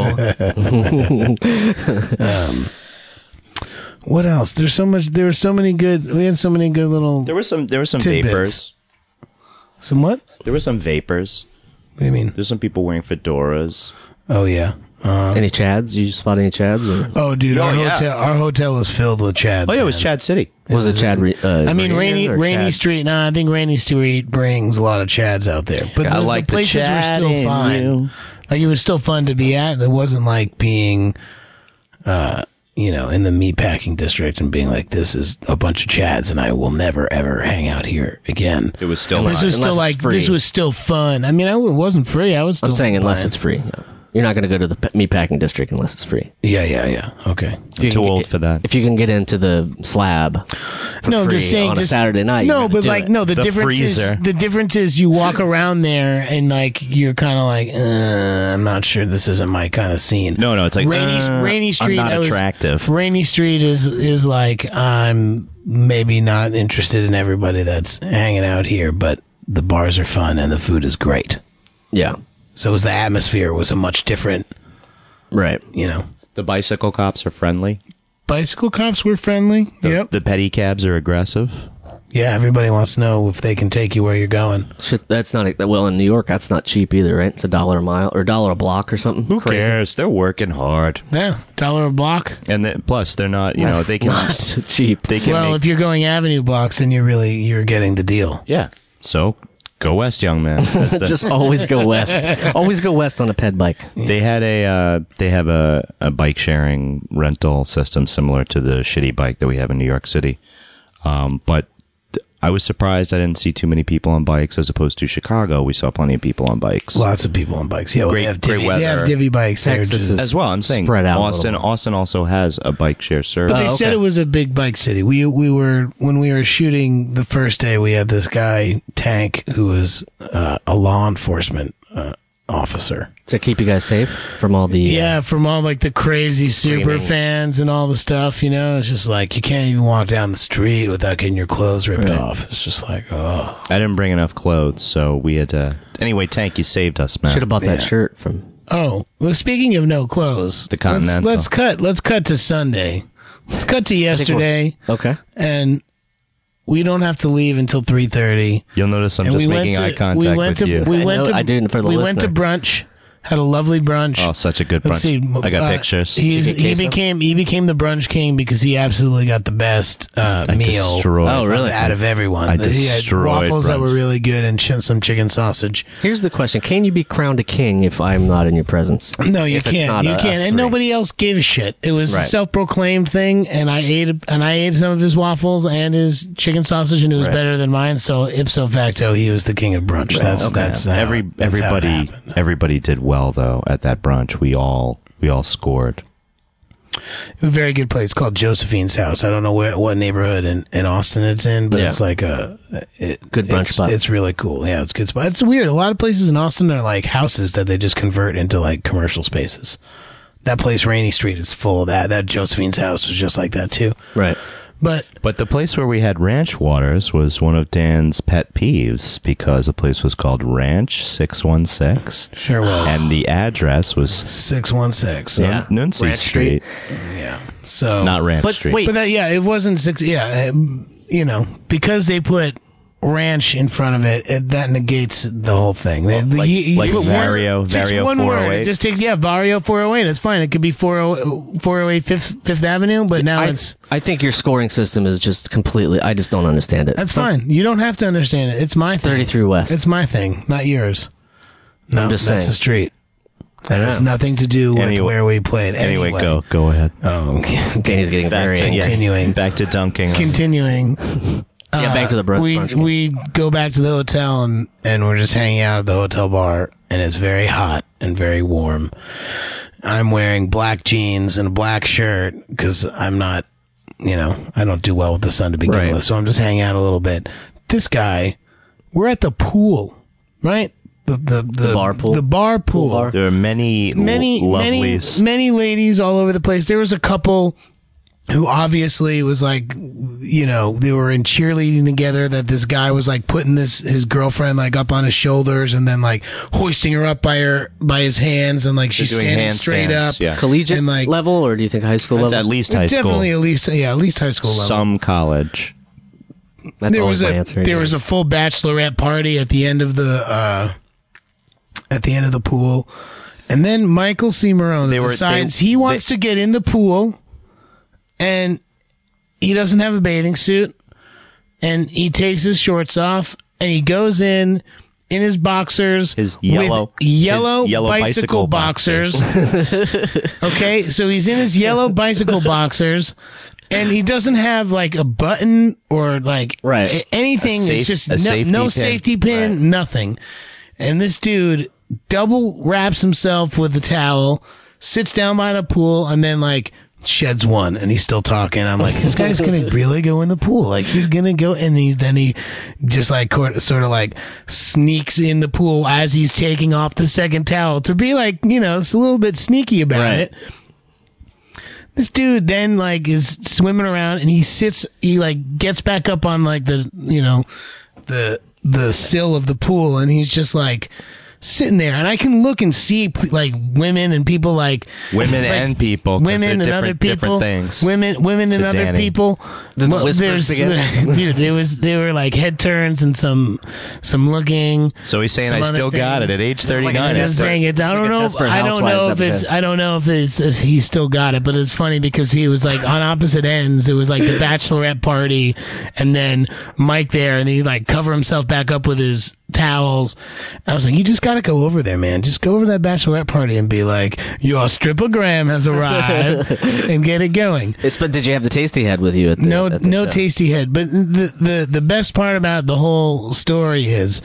hole. what else? There's so much. There were so many good. We had so many good little. There were some. There were some Tidbits. vapors. Some what? What There were some vapors. do you mean? There's some people wearing fedoras. Oh yeah. any Chads? You spot any Chads? Or Oh, dude, Oh, our yeah. hotel, our hotel was filled with Chads. Oh yeah, it was man. Chad City. was it Chad? Re- uh, I mean, rainy, Reader or rainy Chad? street. No, I think rainy street brings a lot of chads out there. But I the, like the the places were Chad in still fine. you. Like it was still fun to be at. It wasn't like being, uh, you know, in the meatpacking district and being like, this is a bunch of chads, and I will never ever hang out here again. It was still. This hot. was still unless like it's free. this was still fun. I mean, I w- wasn't free. I was. Still I'm saying unless fine. it's free. Yeah. You're not going to go to the pe- meatpacking district unless it's free. Yeah, yeah, yeah. Okay. If you Too can old get- for that. If you can get into the slab, for no, I'm free just saying on just, a Saturday night. No, you're gonna but do like it. no, the, The difference freezer. is the difference is you walk around there and like you're kind of like uh, I'm not sure this isn't my kind of scene. No, no, it's like, rainy, uh, I'm rainy street. not I was- attractive. Rainy street is is like I'm maybe not interested in everybody that's hanging out here, but the bars are fun and the food is great. yeah, So it was the atmosphere was a much different, right. you know. the bicycle cops are friendly. Bicycle cops were friendly. The, yep. The pedicabs are aggressive. yeah, everybody wants to know if they can take you where you're going. Shit, that's not e, well in New York. That's not cheap either, right? It's a dollar a mile or dollar a block or something. Who cares? They're working hard, Yeah, dollar a block. and then, plus they're not. You know, That's they can. not cheap. They can. well, make, if you're going avenue blocks, then you're really you're getting the deal. yeah. So go west, young man. That's the- Just always go west. always go west on a ped bike. They had a uh, they have a, a bike sharing rental system similar to the shitty bike that we have in New York City. Um, but I was surprised I didn't see too many people on bikes as opposed to Chicago. We saw plenty of people on bikes Lots of people on bikes. Yeah, well, Great- they have great divvy, they weather. have divvy bikes. They're Texas just- is- as well. I'm saying Spread out a Austin little. Austin also has a bike share service. But they Oh, said okay. it was a big bike city. We we were when we were shooting the first day. We had this guy Tank who was uh, a law enforcement uh, officer. to keep you guys safe from all the uh, Yeah. from all like the crazy super fans and all the stuff. You know, it's just like you can't even walk down the street without getting your clothes ripped off. It's just like oh. I didn't bring enough clothes, so we had to. Anyway, Tank, you saved us, man. Should have bought that shirt from. Oh, well, speaking of no clothes, The Continental. Let's, let's cut. Let's cut to Sunday. Let's cut to yesterday, Okay. and we don't have to leave until three thirty. You'll notice I'm And just we making went to eye contact we went with to you. we I went know- to I do for the we went to listener. brunch. Had a lovely brunch. oh, such a good brunch. Let's see. I got uh, pictures. He's, Did you he get queso? became he became the brunch king because he absolutely got the best uh, meal Destroyed. Oh, really? out of everyone. I he had destroyed waffles that brunch. were really good and ch- some chicken sausage. Here's the question: Can you be crowned a king if I'm not in your presence? No, you If it's not can't. You us can't. And three. nobody else gave a shit. It was a Right. self-proclaimed thing, and I ate and I ate some of his waffles and his chicken sausage, and it was better than mine. So ipso facto, he was the king of brunch. That's that's how- Every Uh, that's how it everybody happened. everybody did well though at that brunch. We all we all scored. A very good place called Josephine's House. I don't know where what neighborhood in, in Austin it's in, but Yeah. it's like a it, Good brunch it's, spot. It's really cool. Yeah, it's a good spot. It's weird. A lot of places in Austin are like houses that they just convert into like commercial spaces. That place, Rainy Street, is full of that. That Josephine's House was just like that too. Right. But But the place where we had Ranch Waters was one of Dan's pet peeves because the place was called Ranch 616. Sure was. And the address was six one six. Yeah. Nancy Ranch Street, Street. Yeah. So not Ranch But Street. wait, But that, yeah, it wasn't six. Yeah, um, you know, because they put ranch in front of it, it that negates the whole thing. They- the- like- you- you like put Vario- one, just Vario one word. 408? It just takes yeah, Vario four hundred eight. That's fine. It could be oh, 40- 408 Fifth Fifth Avenue, but now I, it's I think your scoring system is just completely. I just don't understand it. that's fine. You don't have to understand it. It's my thing. Thirty three West. It's my thing, not yours. No, just that's saying. the street. That has know. nothing to do with Anyway- where we played. anyway, Anyway, go go ahead. Oh, okay. Danny's getting Back very. to, yeah. Continuing. back to dunking. Continuing. yeah, back to the brunch. we brunch game. we go back to the hotel and and we're just hanging out at the hotel bar and it's very hot and very warm. I'm wearing black jeans and a black shirt because I'm not, you know, I don't do well with the sun to begin Right. with. So I'm just hanging out a little bit. This guy, we're at the pool, right? The the the, bar pool? The bar pool. there are many, Many l- many lovelies. many ladies all over the place. There was a couple who obviously was like you know they were in cheerleading together that this guy was like putting this his girlfriend like up on his shoulders and then like hoisting her up by her by his hands and like she's They're doing standing straight handstands, up yeah. collegiate and, like- level, or do you think high school level? At least high definitely school. at least yeah at least high school level Some college. That's there always was a my answer. there yeah. was a full bachelorette party at the end of the uh at the end of the pool and then Michael C. Marone They were- decides they- he wants to get in the pool and he doesn't have a bathing suit and he takes his shorts off and he goes in in his boxers His with yellow- yellow, his yellow bicycle bicycle, boxers. okay, so he's in his yellow bicycle boxers and he doesn't have like a button or like Right. a- anything. A safe- it's just a no, safety no pin. safety pin, nothing. And this dude double wraps himself with a towel, sits down by the pool, and then like sheds one and he's still talking i'm like this guy's gonna really go in the pool like he's gonna go and he then he just like cor- sort of like sneaks in the pool as he's taking off the second towel to be like you know it's a little bit sneaky about Right. it this dude then like is swimming around and he sits he like gets back up on like the you know the the sill of the pool and he's just like sitting there and i can look and see p- like women and people like Women like, and people. 'cause women they're and different, other people Different things. women women and to other Danny. people The whispers there's- together. dude it was they were like head turns and some some looking So he's saying some I other still got it things." at age like a 39. I'm I just desperate- saying it. it's I like don't a know. if- Desperate I don't know if Housewives it's. episode. I don't know if it's. if he still got it, but it's funny because he was like on opposite ends. It was like the bachelorette party, and then Mike there, and he like cover himself back up with his towels. I was like, you just got to go over there, man. Just go over to that bachelorette party and be like, your strippogram has arrived, and get it going. It's, but did you have the taste he had with you at the, No, at the no show? tasty head. But the, the the best part about the whole story is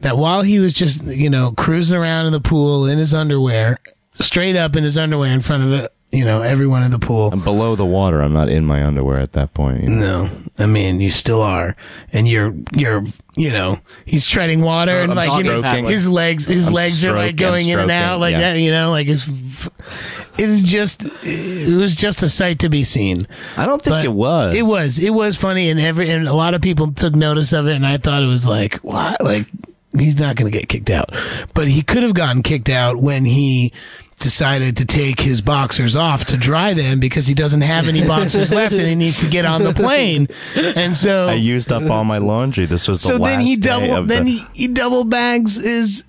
that while he was just you know cruising around in the pool in his underwear, straight up in his underwear in front of uh, you know everyone in the pool. am below the water. I'm not in my underwear at that point. you know. No, I mean you still are, and you're you're you know he's treading water and I'm like you know, stroking. his legs his I'm legs are like stroking, I'm going in and out stroking, like yeah. that you know like his it is just it was just a sight to be seen. I don't think But it was. It was. It was funny, and every and a lot of people took notice of it. And I thought it was like, what? Like he's not going to get kicked out, but he could have gotten kicked out when he decided to take his boxers off to dry them because he doesn't have any boxers left and he needs to get on the plane. And so I used up all my laundry. This was the so last then he day double of then the, he, he double bags his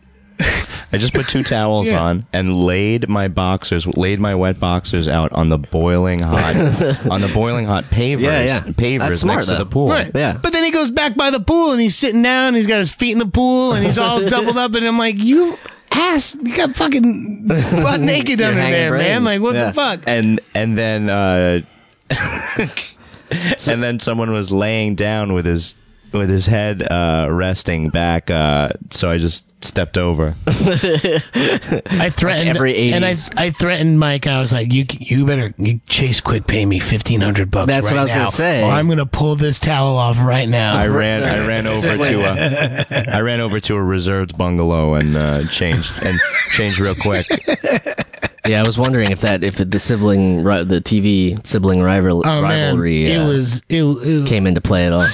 I just put two towels Yeah. on and laid my boxers, laid my wet boxers out on the boiling hot, on the boiling hot pavers, Yeah, yeah. pavers That's smart, next though. to the pool. Right. Yeah. But then he goes back by the pool and he's sitting down. He's got his feet in the pool and he's all doubled up. And I'm like, you ass, you got fucking butt naked under hanging there, man. brain. Like, what Yeah. the fuck? And and then uh, and then someone was laying down with his with his head uh, resting back. Uh, so I just stepped over. I threatened Like every and I 80s. I threatened Mike. I was like, you you better you chase quick, pay me fifteen hundred bucks. That's right what I was now, gonna say. Or I'm gonna pull this towel off right now. I ran. I ran over to a. I ran over to a reserved bungalow and uh, changed and changed real quick. Yeah, I was wondering if that if the sibling ri- the TV sibling rival, Oh rivalry man, uh, it was it, it came into play at all.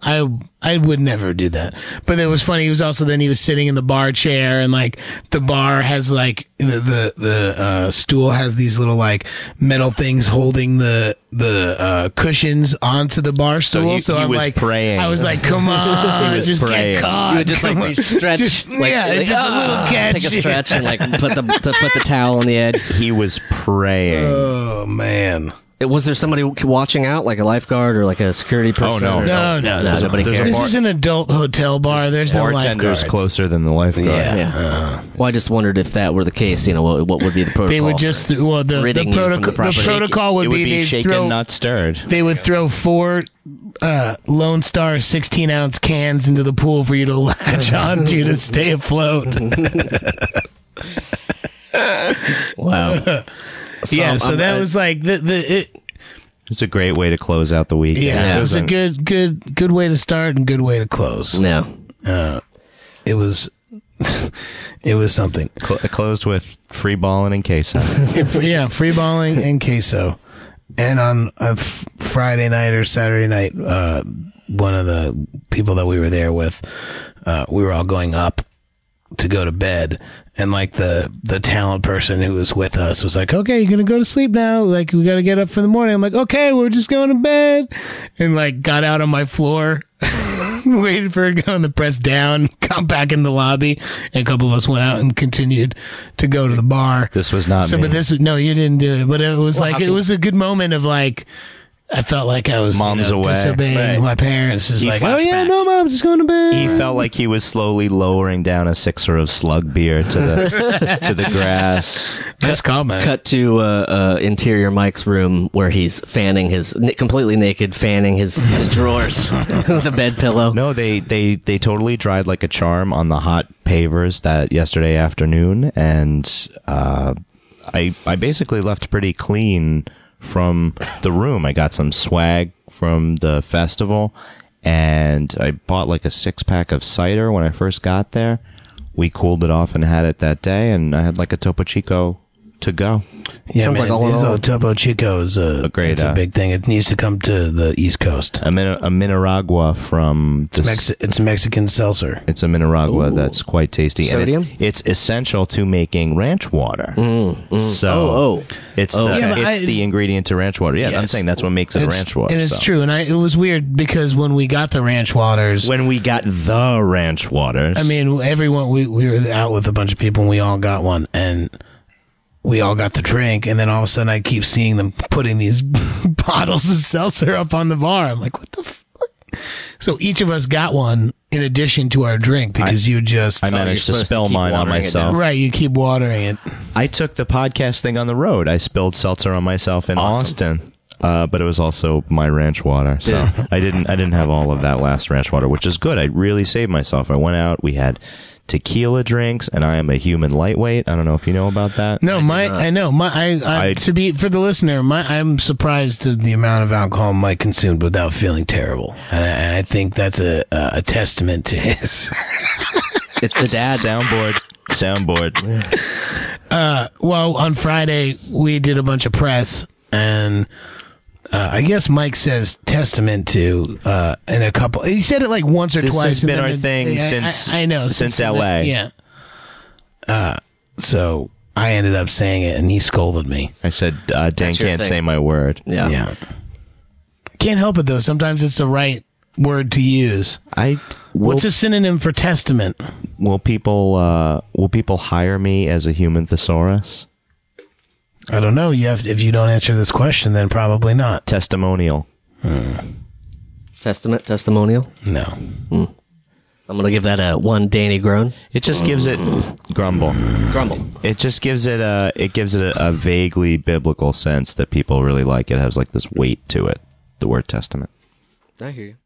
I I would never do that. But it was funny. He was also then he was sitting in the bar chair and like the bar has like the the, the uh, stool has these little like metal things holding the the uh, cushions onto the bar stool. So, he- he I'm was like praying. I was like, come on, was just praying. get caught. You would just like Come on. stretch, Just- like, yeah, like, just a little "Ah," catch. Take a stretch and like put the to put the towel on the edge. He was praying. Oh man, It- Was there somebody watching out, like a lifeguard or like a security person? Oh, no, or- no, no, no. nobody There's a cares. This is an adult hotel bar. There's no Bartender's lifeguards. closer than the lifeguard. Yeah. Yeah. Well, I just wondered if that were the case. You know, what, what would be the protocol? They would just well the, the, Ridding you from the protocol the property. protocol would, It would be, they'd shaken, throw- not stirred. they would throw four uh, Lone Star 16 ounce cans into the pool for you to latch onto to stay afloat. wow. yeah, so um, I'm- that I- was like the the it, It's a great way to close out the week. yeah, it was a Doesn't- good good good way to start and good way to close. no. It was it was something. cl- it closed with free balling and queso. yeah, free balling and queso. And on a f- Friday night or Saturday night, uh, one of the people that we were there with, uh, we were all going up to go to bed. And like the, the talent person who was with us was like, okay, you're going to go to sleep now. Like we got to get up for the morning. I'm like, okay, we're just going to bed. And like got out on my floor waited for it to go in the press down, got back in the lobby, and a couple of us went out and continued to go to the bar. This was not so, me. but this no, you didn't do it, but it was like it was a good moment of like. I felt like I was you Mom's know, away. disobeying Right. my parents. Is He like, oh flashbacked. yeah, no, mom, I'm just going to bed. he felt like he was slowly lowering down a sixer of slug beer to the to the grass. That's comment. Cut to uh, uh, interior Mike's room where he's fanning his n- completely naked, fanning his, his drawers with a bed pillow. No, they they they totally dried like a charm on the hot pavers that yesterday afternoon, and uh, I I basically left pretty clean from the room. I got some swag from the festival, and I bought like a six pack of cider when I first got there. We cooled it off and had it that day, and I had like a Topo Chico to go. Yeah, Sounds man, like all in it's all. Topo Chico is a, A great, It's a uh, big thing. It needs to come to the East Coast. A, min- a Mineragua from the Mex- it's Mexican seltzer. It's a Mineragua that's quite tasty. Sodium? And it's, it's essential to making ranch water. So Oh, oh. it's, the, Yeah, but it's I- the ingredient to ranch water. Yeah, I'm Yes. saying that's what makes it It's- ranch water. and it's so. true. And I, it was weird because when we got the ranch waters, When we got the ranch waters, I mean, everyone we we were out with a bunch of people and we all got one and we all got the drink and then all of a sudden I keep seeing them putting these bottles of seltzer up on the bar. I'm like, what the fuck? So each of us got one in addition to our drink because you just I managed to supposed to spill keep mine on watering it down. myself. right, you keep watering it. I took the podcast thing on the road. I spilled seltzer on myself in Austin. Uh, but it was also my ranch water, so I didn't. I didn't have all of that last ranch water, which is good. I really saved myself. I went out. We had tequila drinks, and I am a human lightweight. I don't know if you know about that. No, my I know my I, I, I- to be for the listener, my I'm surprised at the amount of alcohol Mike consumed without feeling terrible, and I, and I think that's a a a testament to his. It's the dad. soundboard soundboard well, on Friday we did a bunch of press, and uh, I guess Mike says testament to uh, in a couple. He said it like once or This twice. has and been then our it- thing I- I- since- I, know since LA. yeah. Uh, so I ended up saying it, and he scolded me. i said uh, dan your can't thing. say my word Yeah. can't help it though. Sometimes it's the right word to use. i will, What's a synonym for testament? will people uh will people hire me as a human thesaurus I don't know. You have if you don't answer this question, then probably not. testimonial Testament, testimonial. No. I'm going to give that a one Danny groan. it just gives it grumble Grumble. it just gives it a it gives it a, a vaguely biblical sense that people really like it has like this weight to it the word testament I hear you.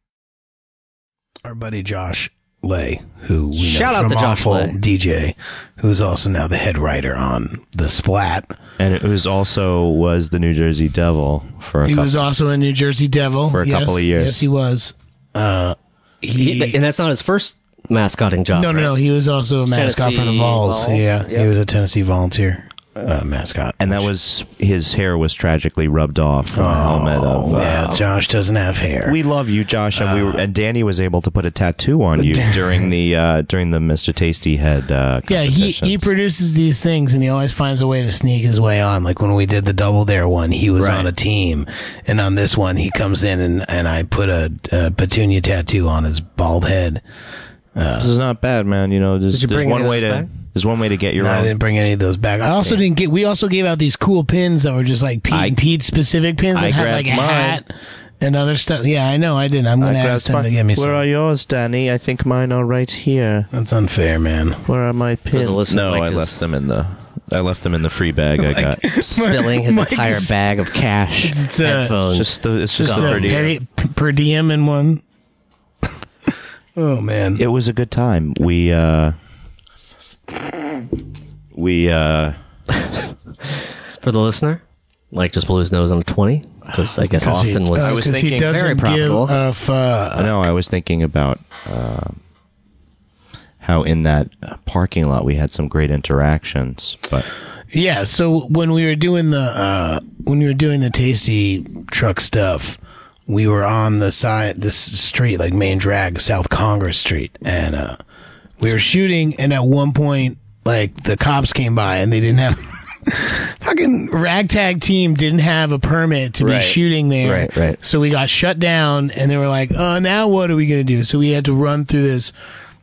our buddy Josh Lay, who we Shout know out from to Josh Awful Lay. DJ, who's also now the head writer on the Splat. and it was also was the new jersey devil for a He couple was also a New Jersey Devil For a Yes, couple of years. Yes, he was. Uh, he, He- and that's not his first mascotting job. no, no, right? no. He was also a mascot for the Tennessee Vols. Vols, Yeah, he was a Tennessee volunteer. uh, mascot. and that was his hair was tragically rubbed off from the helmet of. oh, uh, yeah, Uh. Josh doesn't have hair. We love you, Josh, and we were, and Danny was able to put a tattoo on you during the uh, during the Mr. Tasty Head. Uh, yeah, he, he competitions. produces these things and he always finds a way to sneak his way on. Like when we did the double dare one, he was on a team. And on this one, he comes in and, and I put a, a petunia tattoo on his bald head. This is not bad, man. You know, there's, you there's bring one any of way to those back? there's one way to get your No, I own. didn't bring any of those back. I also didn't get. We also gave out these cool pins that were just like Pete, I- and Pete specific pins that I had like a grabbed mine. hat and other stuff. Yeah, I know. I didn't. I'm I gonna grabbed ask them mine. to get me Where some. are yours, Danny? I think mine are right here. That's unfair, man. Where are my pins? listener, no, Mike I is- left them in the I left them in the free bag I got. It's spilling his Mike entire is- bag of cash, It's, uh, headphones. just the it's just Just the a pretty- per, per diem in one. oh man. It was a good time. We uh we uh For the listener, Mike just blew his nose on a 20 because I guess 'Cause he- Austin was. uh, 'cause he thinking- doesn't very give profitable. a uh, fuck. I know I was thinking about uh, how in that parking lot we had some great interactions, but Yeah, so when we were doing the uh when we were doing the tasty truck stuff, we were on the side this street, like main drag, South Congress Street, and uh we were shooting and at one point like the cops came by and they didn't have fucking ragtag team didn't have a permit to be shooting there. Right, right. So we got shut down and they were like, "Uh, now what are we going to do?" So we had to run through this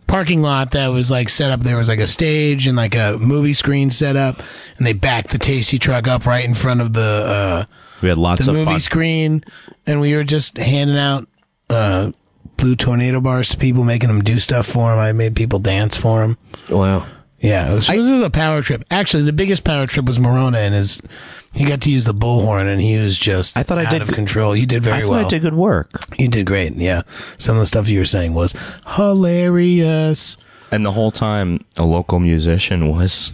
parking lot that was like set up there was like a stage and like a movie screen set up and they backed the tasty truck up right in front of the uh we had lots the of movie fun. screen and we were just handing out uh blue tornado bars to people making them do stuff for them i made people dance for them wow. yeah, it was, it was a power trip. Actually, the biggest power trip was Morona and his. He got to use the bullhorn, and he was just I thought I out did of good- control. You did I very thought well. I did good work. You did great. Yeah, some of the stuff you were saying was hilarious. And the whole time, a local musician was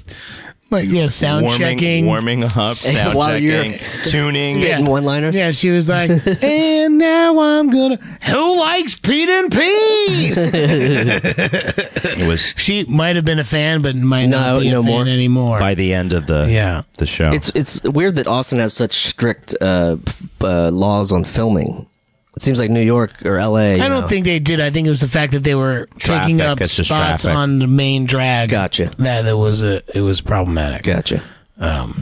Like yeah, sound warming, checking. warming up, sound While you're checking, tuning. Spitting one-liners. Yeah, she was like, eh, and now I'm gonna. Who likes Pete and Pete? It was she might have been a fan, but might No, not be no a fan more. anymore. by the end of the Yeah. the show. It's it's weird that Austin has such strict uh, f- uh, laws on filming. It seems like New York or L.A. I don't think they did. I think it was the fact that they were taking Traffic, up it's just spots traffic. on the main drag. Gotcha. That it was a it was problematic. Gotcha. Um.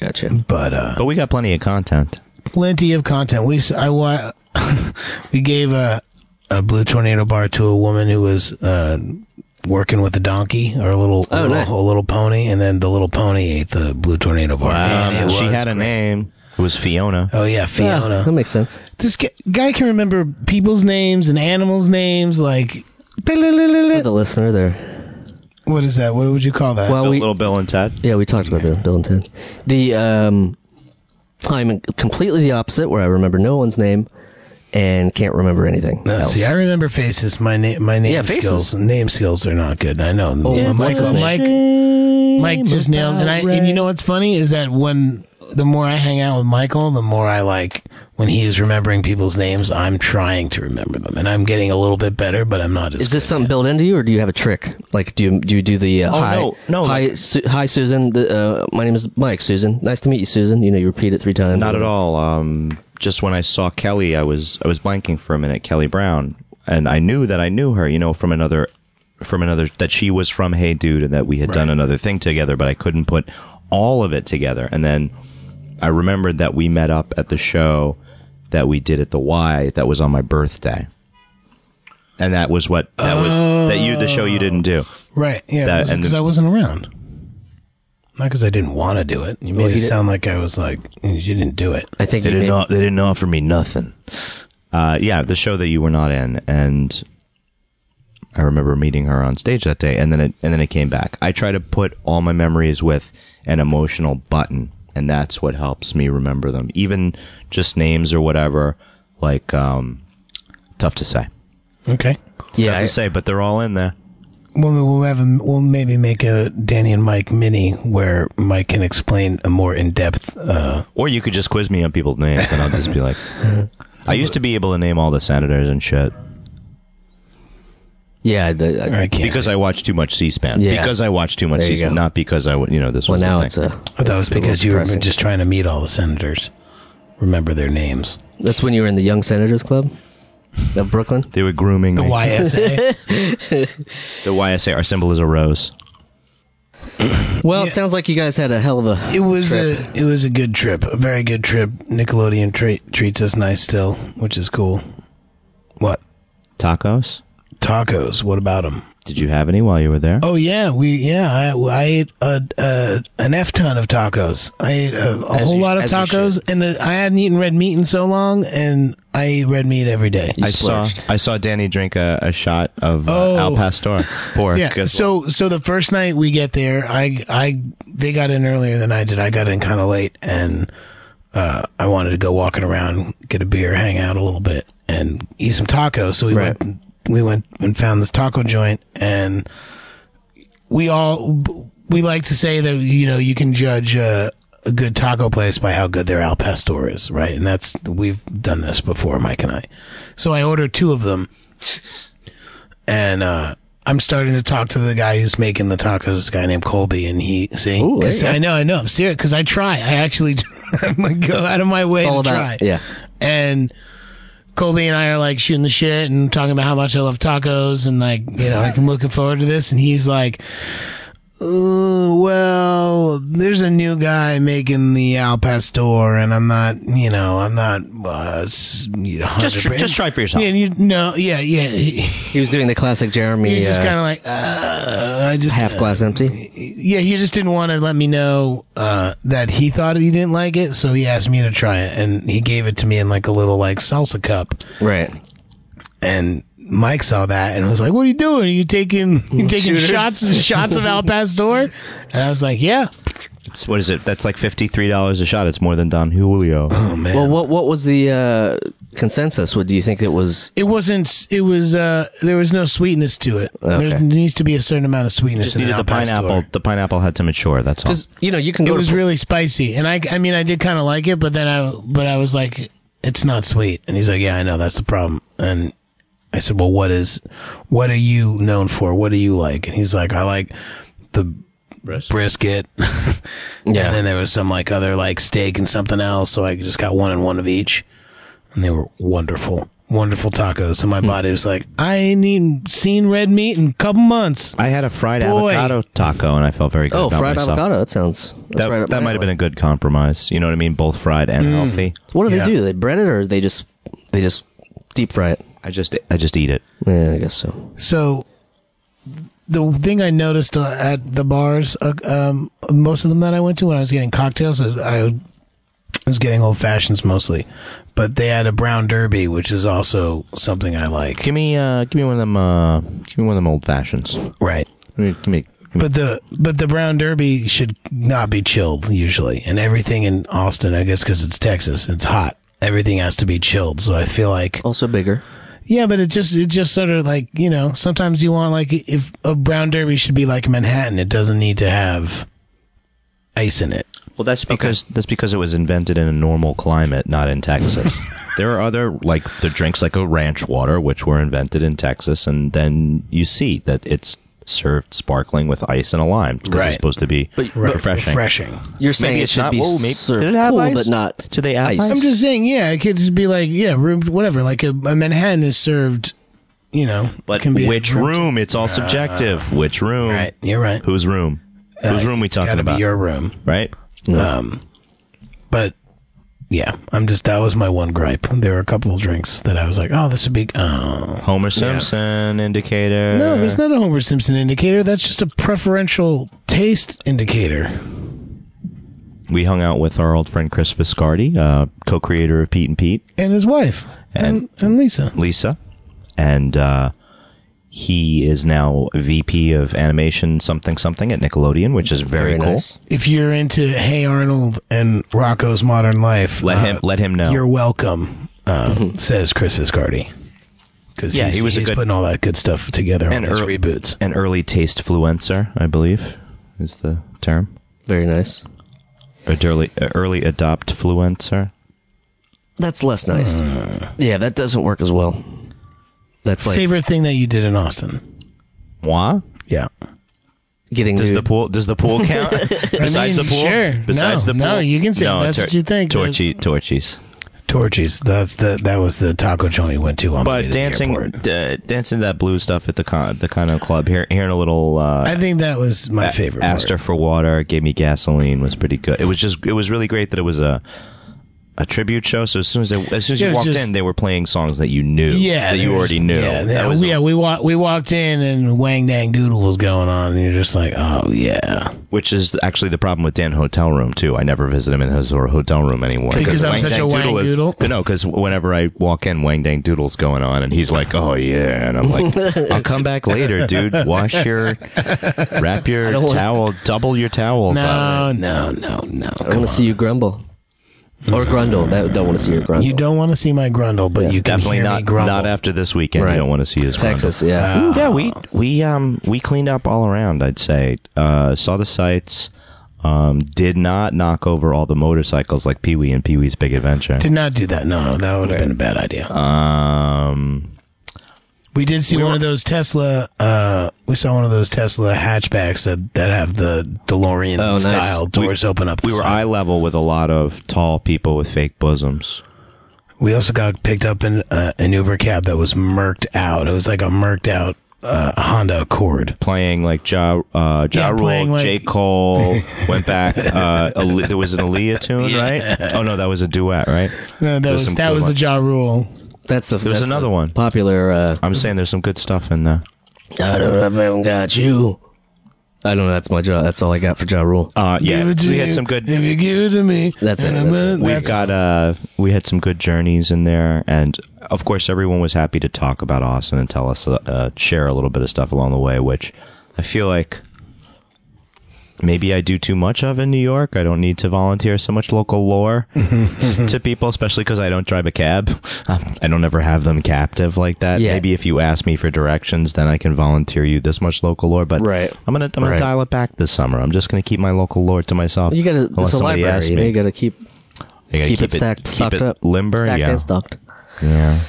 gotcha. But uh, but we got plenty of content. plenty of content. We s- I wa- we gave a a blue tornado bar to a woman who was uh, working with a donkey or a little Oh, a, little, nice. a little pony, and then the little pony ate the blue tornado bar. And it Um, she was had a great. name. It was Fiona. Oh yeah, Yeah, Fiona. that makes sense. this g- guy can remember people's names and animals' names. Like, For the listener there. what is that? What would you call that? Well, we Little Bill and Ted. yeah we talked about Bill, Bill and Ted. The um, I'm completely the opposite, where I remember no one's name and can't remember anything. No, else. see, I remember faces. My name, my name Yeah, faces. Oh, skills, name skills are not good. I know. what's Mike, his Mike, Mike just nailed. And I, and you know what's funny is that when the more I hang out with Michael, the more I like when he is remembering people's names. I'm trying to remember them, and I'm getting a little bit better, but I'm not as. Is this something built into you, or do you have a trick? Like, do you do you do the uh, Oh, hi, no, no, hi, like- Su- hi, Susan? The, uh, my name is Mike. Susan, nice to meet you, Susan. You know, you repeat it three times. Not at all. Um, just when I saw Kelly, I was I was blanking for a minute. Kelly Brown, and I knew that I knew her. You know, from another, from another that she was from Hey Dude, and that we had done another thing together. But I couldn't put all of it together. And then I remembered that we met up at the show that we did at the Y. That was on my birthday. And that was what that was that you the show you didn't do. right? That- Yeah, and because the- I wasn't around. Not because I didn't want to do it. You made it sound like I was like you didn't do it. I think you may- they didn't offer me nothing. Uh, yeah, the show that you were not in, and I remember meeting her on stage that day, and then it and then it came back. I try to put all my memories with an emotional button, and that's what helps me remember them, even just names or whatever. Like, um, tough to say, Okay. yeah, tough I- to say, but they're all in there. Well, we'll have a, we'll maybe make a Danny and Mike mini where Mike can explain a more in depth. Uh, Or you could just quiz me on people's names, and I'll just be like, I used to be able to name all the senators and shit. Yeah, the, uh, I can't. Because I watch too much C-SPAN. Yeah. Because I watch too much There you C-SPAN, go. not because I, would- you know, this well, was now the it's uh, thing. a. I thought it was it's a little because you were depressing. just trying to meet all the senators, remember their names. That's when you were in the Young Senators Club of Brooklyn. They were grooming The me. YSA. the YSA, our symbol is a rose. Well, it sounds like you guys had a hell of a. it was a it was a good trip, a very good trip. Nickelodeon tra- treats us nice still, which is cool. What Tacos? tacos? What about them? Did you have any while you were there? Oh yeah, we yeah I, I ate a, a an f ton of tacos. I ate a, a whole lot of as you tacos, and uh, I hadn't eaten red meat in so long, and I eat red meat every day. You I saw splurged. I saw Danny drink a, a shot of uh, Oh. Al Pastor pork. Yeah. as So so the first night we get there, I I they got in earlier than I did. I got in kind of late, and uh, I wanted to go walking around, get a beer, hang out a little bit, and eat some tacos. So we Right. went we went and found this taco joint, and we all we like to say that you know you can judge. Uh, a good taco place by how good their al pastor is, right? And that's we've done this before, Mike and I. So I ordered two of them, and uh, I'm starting to talk to the guy who's making the tacos. This guy named Colby, and he see, 'Cause I know, I know, I'm serious because I try. I actually I'm like, go out of my way It's all to about. try. Yeah. And Colby and I are like shooting the shit and talking about how much I love tacos and like, you know, like I'm looking forward to this. And he's like, "Uh, well, there's a new guy making the Al Pastor and I'm not, you know, I'm not, uh, just, tr- just try for yourself. Yeah, and you, no, yeah, yeah. He- He was doing the classic Jeremy He's just uh, kind of like, uh, I just, half glass empty. yeah, he just didn't want to let me know uh, that he thought he didn't like it, so he asked me to try it, and he gave it to me in like a little like salsa cup, Right. and Mike saw that and was like, "What are you doing? Are you taking you taking Shooters. shots shots of Al Pastor?" And I was like, "Yeah." It's- what is it? That's like fifty three dollars a shot. It's more than Don Julio. Well, what what was the uh, consensus? What do you think it was? It wasn't. It was. uh There was no sweetness to it. There needs to be a certain amount of sweetness Just in an needed Al the pineapple. Pastor. The pineapple had to mature. That's all. Because you know you can It go. was to, really spicy, and I. I mean, I did kind of like it, but then I. But I was like, "It's not sweet," and he's like, "Yeah, I know. That's the problem." And I said, "Well, what is? What are you known for? What do you like?" And he's like, "I like the brisket." yeah. And then there was some like other like steak and something else. So I just got one and one of each. And they were wonderful, wonderful tacos. And my Hmm. body was like, I ain't even seen red meat in a couple months. I had a fried Boy. avocado taco, and I felt very good. oh, about fried myself. avocado. That sounds. That's That, right up that my might have been alley. a good compromise. You know what I mean? Both fried Mm. and healthy. What do Yeah. they do? They bread it or they just they just deep fry it? I just I just eat it. Yeah, I guess so. So the thing I noticed uh, at the bars, uh, um, most of them that I went to when I was getting cocktails, is I was getting old fashions mostly, but they had a brown derby, which is also something I like. Give me uh give me one of them uh give me one of them old fashions. Give Right. me, give me- give me- But the but the brown derby should not be chilled usually, and everything in Austin, I guess, because it's Texas, it's hot. Everything has to be chilled. So I feel like Also bigger. yeah, but it just it just sort of like you know sometimes you want like if a brown derby should be like Manhattan, it doesn't need to have ice in it. Well, that's because that's because it was invented in a normal climate, not in Texas. there are other like the drinks like a ranch water, which were invented in Texas, and then you see that it's served sparkling with ice and a lime because Right. it's supposed to be But- Right. refreshing. Refreshing. You're saying Maybe it it's should not- be whoa, maybe- served did it have cool, ice? but not. Do they have ice? ice? I'm just saying, yeah, it could just be like yeah, room whatever. Like a, a Manhattan is served, you know, But can be which room? It's all Uh, subjective. Which room? Right, you're right. Whose room? Whose room we talking Got to be about? your room. right? but yeah, I'm just that was my one gripe. There were a couple of drinks that I was like, oh, this would be. Oh. Homer Simpson indicator. No, there's not a Homer Simpson indicator. That's just a preferential taste indicator. we hung out with our old friend Chris Viscardi, uh, co-creator of Pete and Pete. And his wife and, and, Lisa. Lisa, and uh, he is now VP of animation something something at Nickelodeon, which is very, cool. nice. If you're into Hey Arnold and Rocco's Modern Life, Let uh, him let him know. Mm-hmm. You're welcome, uh, says Chris Viscardi. Because Yeah, he was a he's good- putting all that good stuff together on And these Earl- reboots. An early taste fluencer, I believe, is the term. Very nice. An early early adopt fluencer. That's less Hmm. nice. yeah, that doesn't work as well. That's like Favorite thing that you did in Austin? Moi? Yeah. Getting Does nude. the pool? Does the pool count? Besides mean, the pool? sure. Besides No, the pool? no, you can say that's what you think, but- Torchy, torchies. Torchies. That's the that was the taco joint we went to on the way But to the dancing, airport. uh, dancing to that blues stuff at the con, the condo club here, here in a little. Uh, I think that was my favorite. part. Aster for water, gave me gasoline was pretty good. It was just it was really great that it was a a tribute show. So as soon as they, as soon as It you was walked just- in, they were playing songs that you knew, Yeah, that you there already was- knew. Yeah, that yeah, was we, yeah, we walked we walked in and Wang Dang Doodle was going on, and you're just like, oh yeah, which is actually the problem with Dan hotel room too. I never visit him in his or hotel room anymore Because I'm Wang such Dang a Wang is- Doodle. no, because whenever I walk in, Wang Dang Doodle's going on, and he's like, "Oh yeah," and I'm like, "I'll come back later, dude. Wash your, wrap your towel, double your towels." up." no, no, no, no. I want to see you grumble Hmm. or grundle. That don't want to see your grundle. You don't want to see my grundle, but you can Definitely hear not me grumble. not after this weekend. Right. You don't want to see his grundle. Texas, yeah. yeah, we we um we cleaned up all around. I'd say uh, saw the sights. Um, did not knock over all the motorcycles like Pee Wee and Pee Wee's Big Adventure. Did not do that. No, that would have been a bad idea. Um, we did see one of those Tesla. Uh, we saw one of those Tesla hatchbacks that that have the DeLorean Oh, nice. style doors open up. The we were side. eye level with a lot of tall people with fake bosoms. We also got picked up in uh, an Uber cab that was merked out. It was like a merked out uh, Honda Accord. Playing like Ja, uh, ja Yeah, Rule, playing like- J. Cole, went back. Uh, Ale- there was an Aaliyah tune, right? Oh, no, that was a duet, right? No, that There's was some that good was the ones. jaw rule. That's the. There was that's another the one. popular. Uh, I'm saying there's some good stuff in there. I don't know if I haven't got you. I don't know. That's my job. That's all I got for Ja Rule. Uh, yeah, Give it to we had you some good. If you give it to me, That's it, and that's I'm it. gonna- We've we that's- got uh we had some good journeys in there and of course everyone was happy to talk about austin and tell us uh, uh, share a little bit of stuff along the way which i feel like maybe i do too much of in new york i don't need to volunteer so much local lore to people especially because i don't drive a cab Um, i don't ever have them captive like that Yeah. maybe if you ask me for directions then i can volunteer you this much local lore but Right. i'm gonna i'm gonna Right. dial it back this summer i'm just gonna keep my local lore to myself you gotta. unless It's a somebody library. asks You, know, me. you gotta keep You gotta keep, it stacked, stocked up, limber, stacked yeah, and stocked. yeah.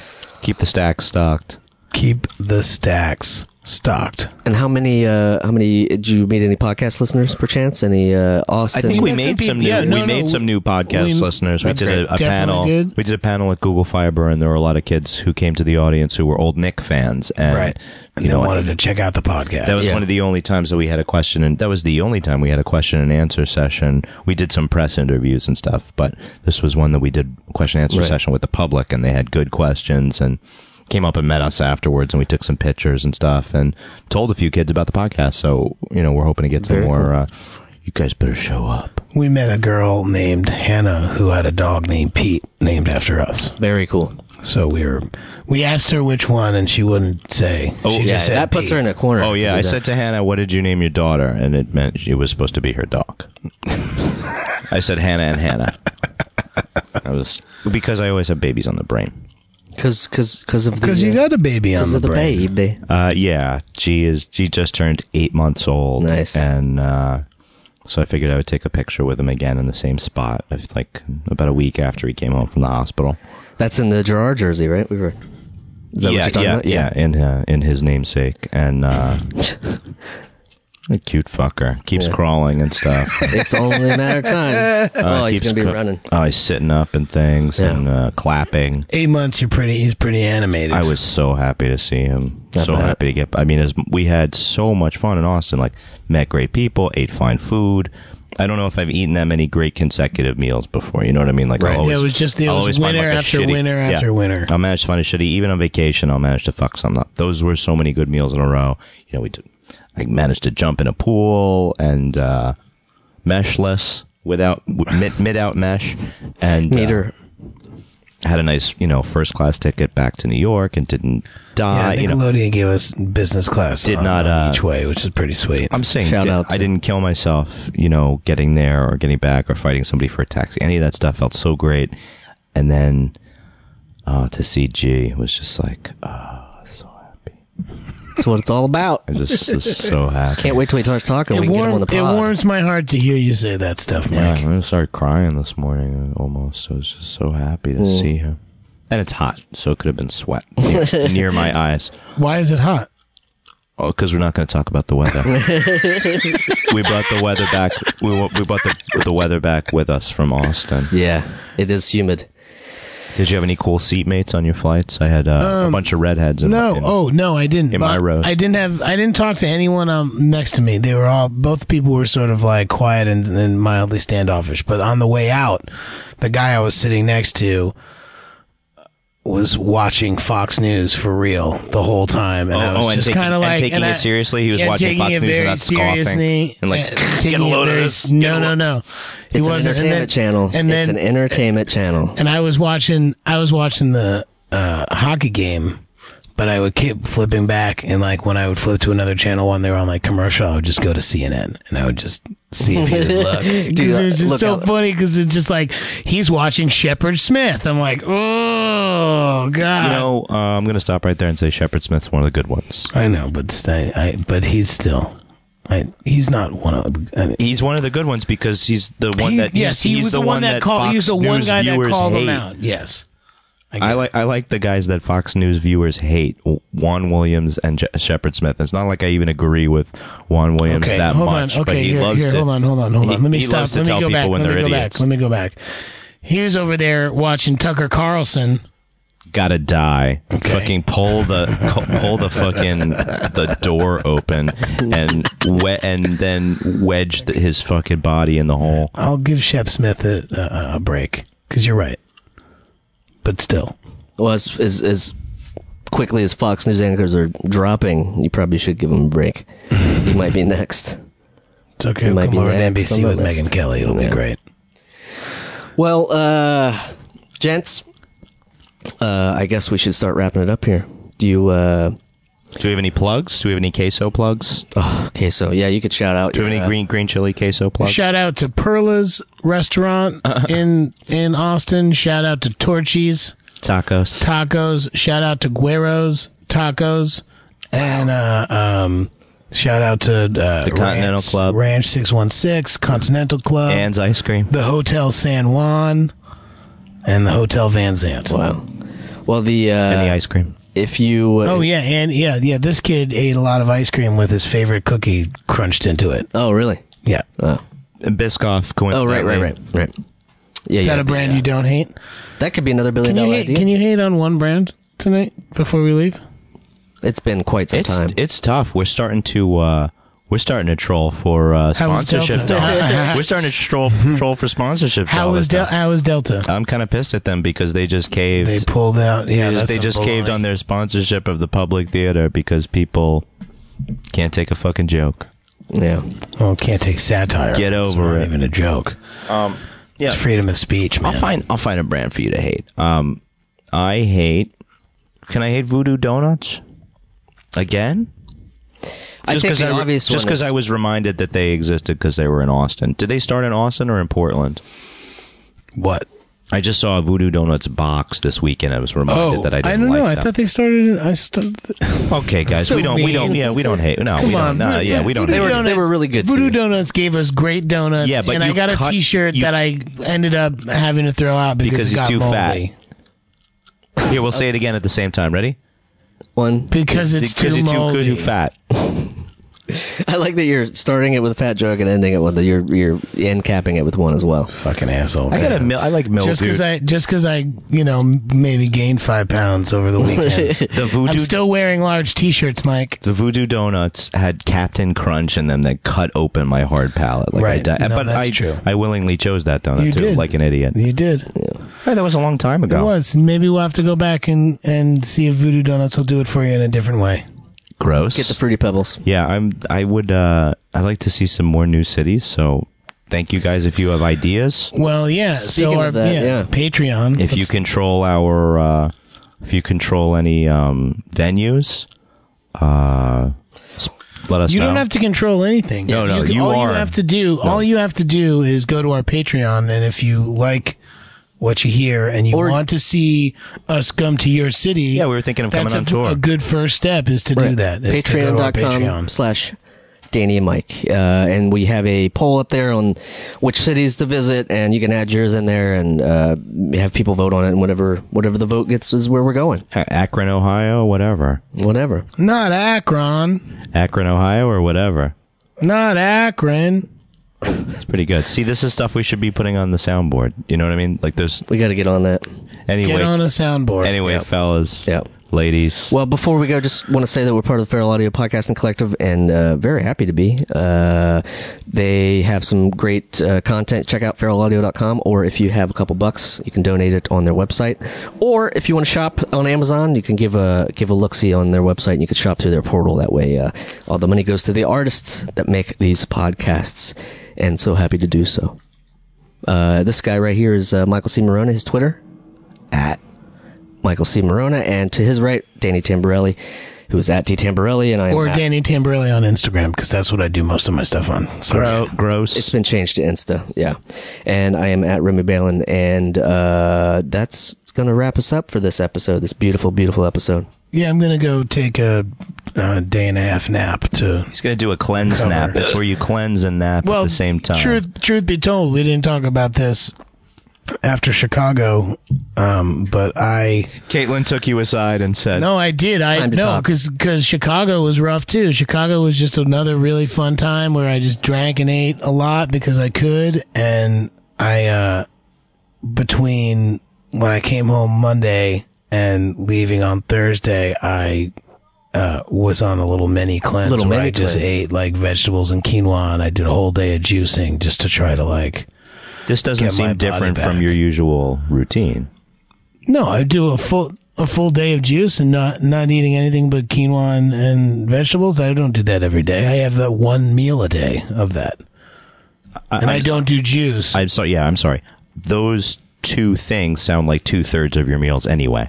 Keep the stack stocked. keep the stacks stocked. And how many? Uh, how many? Did you meet any podcast listeners, perchance? Any uh, Austin? I think we met some made some, people- new. yeah, we no, no, made some new podcast we- listeners. We that's did great. a, a Definitely panel. did. We did a panel at Google Fiber, and there were a lot of kids who came to the audience who were old Nick fans, and Right. And you they know, wanted to check out the podcast. That was one of the only times that we had a question, and that was the only time we had a question and answer session. We did some press interviews and stuff, but this was one that we did question and answer Right. session with the public, and they had good questions and came up and met us afterwards, and we took some pictures and stuff, and told a few kids about the podcast. So you know, we're hoping to get some Very more. Uh, you guys better show up. we met a girl named Hannah who had a dog named Pete named after us. Very cool. So we were we asked her which one and she wouldn't say. Oh, she Yeah, just said that puts Pete. her in a corner. Oh yeah, I said to Hannah, "What did you name your daughter?" And it meant it was supposed to be her dog. I said Hannah and Hannah. I was because I always have babies on the brain. because because because of Cuz the, you uh, got a baby on because the, of the brain. baby. Uh, yeah, she is. She just turned eight months old. Nice. And uh, so I figured I would take a picture with him again in the same spot, if like about a week after he came home from the hospital. That's in the Gerard jersey, right? We were. Is that what you're talking yeah, about? yeah, In uh, in his namesake, and uh, a cute fucker keeps crawling and stuff. It's only a matter of time. oh, he's Keeps gonna be cra- running. Oh, he's sitting up and things Yeah. and uh, clapping. 8 months you're pretty he's pretty animated. I was so happy to see him. I so bet. happy to get. I mean, as we had so much fun in Austin. Like, met great people, ate fine food. I don't know if I've eaten that many great consecutive meals before. You know what I mean? Like, I'll Right. Yeah, always, it was just- it I'll was always find, winter like, a after shitty- winter after winter. I'll manage to find a shitty. Even on vacation, I'll manage to fuck something up. Those were so many good meals in a row. You know, we took. I managed to jump in a pool and uh, meshless without mid mid out mesh and uh, Meter. had a nice, you know, first class ticket back to New York and didn't yeah, die. Uh, you know, Nickelodeon gave us business class. Did on- not, on uh, each way, which is pretty sweet. I'm saying Shout di- out I to- didn't kill myself, you know, getting there or getting back or fighting somebody for a taxi. Any of that stuff felt so great. And then uh, to see G was just like, uh, That's what it's all about. I just was so happy. Can't wait till he starts talking. it, we can get him on warm, the it pod. warms my heart to hear you say that stuff, Yeah, Mike. I'm gonna start crying this morning. uh, Almost, I was just so happy to see him. And it's hot, so it could have been sweat near, near my eyes. Why is it hot? Oh, because we're not going to talk about the weather. we brought the weather back. We, wa- we brought the, the weather back with us from Austin. Yeah, it is humid. Did you have any cool seatmates on your flights? I had uh, a bunch of redheads. In Um, No, my, in- oh no, I didn't. in my But row. I didn't have. I didn't talk to anyone um, next to me. They were all. Both people were sort of like quiet and, and mildly standoffish. But on the way out, the guy I was sitting next to was watching Fox News for real the whole time, and Oh, I was oh, and just taking- kind of and like taking and it I- seriously? He was yeah, watching taking Fox it News very without scoffing seriously, and, like, and "Get a taking load it of very, this. No, no, no. He It's an wasn't. And entertainment then- channel. And then it's an entertainment channel. and I was watching I was watching the uh, hockey game, but I would keep flipping back and like when I would flip to another channel when they were on like commercial, I would just go to CNN and I would just see if he would look. Because it was just look so out. funny because it's just like he's watching Shepard Smith. I'm like, oh god. you know, uh, I'm going to stop right there and say Shepard Smith's one of the good ones. I know, but st- I, I but he's still. I, he's not one of. I, He's one of the good ones because he's the one he, that he's, yes, he he's was the, one that called. He was the one guy that called him out. Yes. I like I like the guys that Fox News viewers hate: Juan Williams and Je- Shepard Smith. It's not like I even agree with Juan Williams okay, that hold much, on. Okay, but he here, loves here, to. Hold on, hold on, hold on. He- Let me he stop. loves to Let me tell go people back. when Let me they're go idiots. back. Let me go back. He's over there watching Tucker Carlson. Gotta die. Fucking pull the co- pull the fucking the door open and we- and then wedge the, his fucking body in the hole. I'll give Shep Smith a, a, a break because you're right. But still, Well, as, as as quickly as Fox News anchors are dropping, you probably should give him a break. he might be next. it's okay. It might Come be over to next on NBC the with list. Megan Kelly. It'll Yeah. be great. Well, uh, gents, uh, I guess we should start wrapping it up here. Do you? Uh, Do we have any plugs? Do we have any queso plugs? Do okay, so yeah, you could shout out. we have any your, uh, green green chili queso plugs? Shout out to Perla's restaurant in in Austin. Shout out to Torchy's Tacos. Tacos. Shout out to Guero's Tacos. And uh, um, shout out to uh, the Continental Ranch, Club. Ranch 616, Continental Club. Dan's ice cream. the Hotel San Juan and the Hotel Van Zant. Wow. Well, the uh, and the ice cream. if you uh, Oh yeah, and yeah, yeah. This kid ate a lot of ice cream with his favorite cookie crunched into it. oh really Uh, Yeah, And Biscoff, oh coincidentally. right right right right yeah is yeah that a brand you don't hate? that could be another billion Can you dollar hate, idea. can you hate on one brand tonight before we leave? it's been quite some It's time. it's tough. We're starting to uh, we're starting to troll for uh, How was sponsorship Delta? dollars. we're starting to troll troll for sponsorship How dollars. was Del- now. how was Delta? I'm kind of pissed at them because they just caved. They pulled out. they Yeah, just, that's they some just baloney. caved on their sponsorship of the public theater because people can't take a fucking joke. yeah. Well, Oh, can't take satire. Get It's over not it. Even a joke. Um, Yeah, It's freedom of speech, man. I'll find I'll find a brand for you to hate. Um, I hate. Can I hate Voodoo Donuts again? I think the I re- obvious just one because is- I was reminded that they existed because they were in Austin. Did they start in Austin or in Portland? what? I just saw a Voodoo Donuts box this weekend. I was reminded that I didn't don't like know. Oh, I them. thought they started. I started. okay, guys, so we don't, we don't, mean. yeah, we don't hate. No, Come we don't. on, No, Voodoo- yeah, we don't. hate Voodoo them. Donuts- They were really good to Voodoo you. Donuts gave us great donuts. Yeah, but and you I got a cut- T-shirt you- that I ended up having to throw out because, Because he's it got too fat. moldy. Here, we'll say it again at the same time. Ready? one. Because it's too you're moldy. too fat. I like that you're starting it with a fat joke and ending it with the, you're you're end capping it with one as well. Fucking asshole. I got a mil- I like milk. just because I just because I you know m- maybe gained five pounds over the weekend. the I'm Voodoo still wearing large T-shirts, Mike. The Voodoo Donuts had Captain Crunch in them that cut open my hard palate. Like I Right. di- No, but that's I, true. I willingly chose that donut You too, did. like an idiot. You did. Hey, that was a long time ago. It was. And maybe we'll have to go back and and see if Voodoo Donuts will do it for you in a different way. Gross. Get the fruity pebbles. yeah, I'm. I would. Uh, I like to see some more new cities. So, thank you guys if you have ideas. Well, yeah. Speaking so of our that, yeah, yeah. Patreon. If you control our, uh, if you control any um, venues, uh, s- let us You know. don't have to control anything. No, no, can- you all are. you have to do, all you have to do, is go to our Patreon, and if you like what you hear and you Or- want to see us come to your city, Yeah, we were thinking of that's coming a, on tour. a good first step is to do that. is to go to our Patreon.com Patreon. slash Danny and Mike. Uh, and we have a poll up there on which cities to visit, and you can add yours in there and uh, have people vote on it. And whatever whatever the vote gets is where we're going. A- Akron, Ohio, whatever. Whatever. Not Akron. Akron, Ohio, or whatever. Not Akron. It's pretty good. See, this is stuff we should be putting on the soundboard. You know what I mean? Like, there's We got to get on that. anyway. Get on a soundboard. anyway, fellas, Yep. ladies. Well, before we go, just want to say that we're part of the Feral Audio Podcasting Collective and uh, very happy to be. Uh, they have some great uh, content. Check out feralaudio.com, or if you have a couple bucks, you can donate it on their website. Or if you want to shop on Amazon, you can give a give a look see on their website and you can shop through their portal. That way, uh, all the money goes to the artists that make these podcasts, and so happy to do so. Uh, this guy right here is uh, Michael C. Morona. His Twitter at Michael C. Morona, and to his right, Danny Tamborelli, who is at D Tamborelli, and I am or at- Danny Tamborelli on Instagram because that's what I do most of my stuff on. Sorry. Gro- gross. It's been changed to Insta, yeah. And I am at Remy Balin, and uh, that's gonna wrap us up for this episode. This beautiful, beautiful episode. Yeah, I'm gonna go take a uh, day and a half nap to. He's going to do a cleanse nap. It's where you cleanse and nap Well, at the same time. Truth, truth be told, we didn't talk about this after Chicago, um, but I Caitlin took you aside and said, no, I did. I time to no, talk. because Chicago was rough too. Chicago was just another really fun time where I just drank and ate a lot because I could, and I uh, between when I came home Monday and leaving on Thursday, I uh, was on a little mini cleanse Little where mini I just cleanse. ate like vegetables and quinoa, and I did a whole day of juicing just to try to like. This doesn't Get my seem body different from back. your usual routine. No, I do a full a full day of juice and not not eating anything but quinoa and, and vegetables. I don't do that every day. I have that one meal a day of that, and I, don't do juice. I'm sorry. Yeah, I'm sorry. Those two things sound like two thirds of your meals anyway.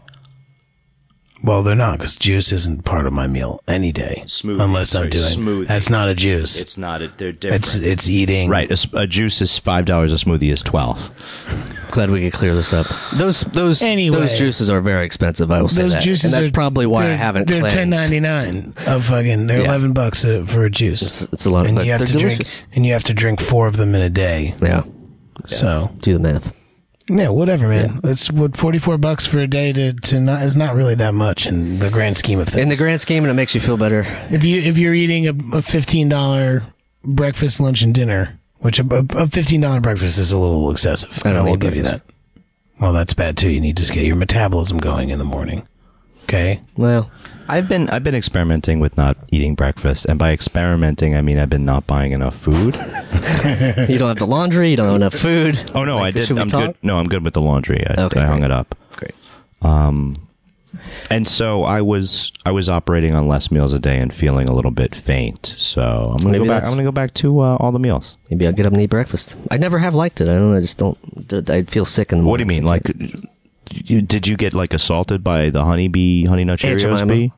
well, they're not because juice isn't part of my meal any day, Smoothie, unless I'm sorry, doing. smoothie. That's not a juice. It's It's not. A, they're different. it's, eating. right. A, s- a juice is five dollars. A smoothie is twelve. Glad we could clear this up. Those those Anyway. those juices are very expensive. I will say Those that. juices and that's are probably why I they're- haven't. They're cleansed. ten ninety nine of fucking. They're Yeah. eleven bucks uh for a juice. It's, it's a lot of- and but you have they're to delicious. drink. And you have to drink four of them in a day. Yeah, So do the math. Yeah, whatever, man. It's what forty four bucks for a day to, to not is not really that much in the grand scheme of In things. the grand scheme, and it makes you feel better. if you if you're eating a, a fifteen dollar breakfast, lunch, and dinner, which a, a a fifteen dollar breakfast is a little excessive. I don't will eat give you that. breakfast. Well, that's bad too. You need to just get your metabolism going in the morning. Okay. Well, I've been I've been experimenting with not eating breakfast, and by experimenting I mean I've been not buying enough food. you don't have the laundry. You don't have enough food. oh no, I did. Should we I'm talk? good. No, I'm good with the laundry. I, Okay, I hung great. it up. Um, Great. And so I was I was operating on less meals a day and feeling a little bit faint. So I'm gonna Maybe go back. that's- I'm gonna go back to uh, all the meals. Maybe I'll get up and eat breakfast. I never have liked it. I don't. know. I just don't. I feel sick in the What do you mornings. mean? Like, you, did you get like assaulted by the honeybee, honey nut Aunt Cheerios Jemima. bee?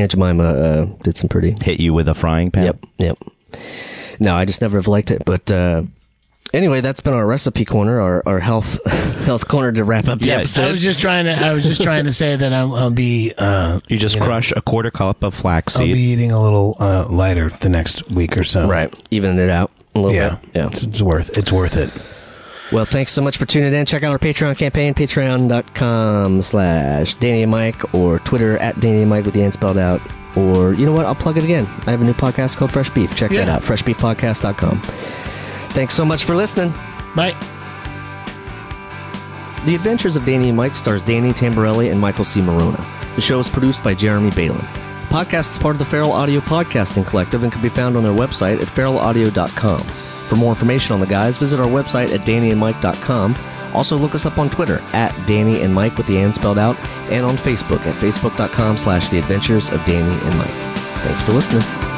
Aunt Jemima uh, did some pretty. Hit you with a frying pan? Yep, yep. No, I just never have liked it. But uh, anyway, that's been our recipe corner, our, our health health corner to wrap up the Yeah, episode. I was just trying to I was just trying to say that I'm, I'll be uh, You just crush a quarter cup of I'll flaxseed. be eating a little uh, lighter the next week or so. right, evening it out a little Yeah. bit. Yeah. It's, it's worth it's worth it. Well, thanks so much for tuning in. Check out our Patreon campaign, patreon.com slash Danny and Mike, or Twitter at Danny and Mike with the N spelled out. Or, you know what? I'll plug it again. I have a new podcast called Fresh Beef. Check that Yeah. out, freshbeefpodcast.com. Thanks so much for listening. Bye. The Adventures of Danny and Mike stars Danny Tamborelli and Michael C. Marona. The show is produced by Jeremy Balin. The podcast is part of the Feral Audio Podcasting Collective and can be found on their website at feralaudio.com. For more information on the guys, visit our website at dannyandmike.com. Also, look us up on Twitter at Danny and Mike with the and spelled out, and on Facebook at facebook.com slash the adventures of Danny and Mike. Thanks for listening.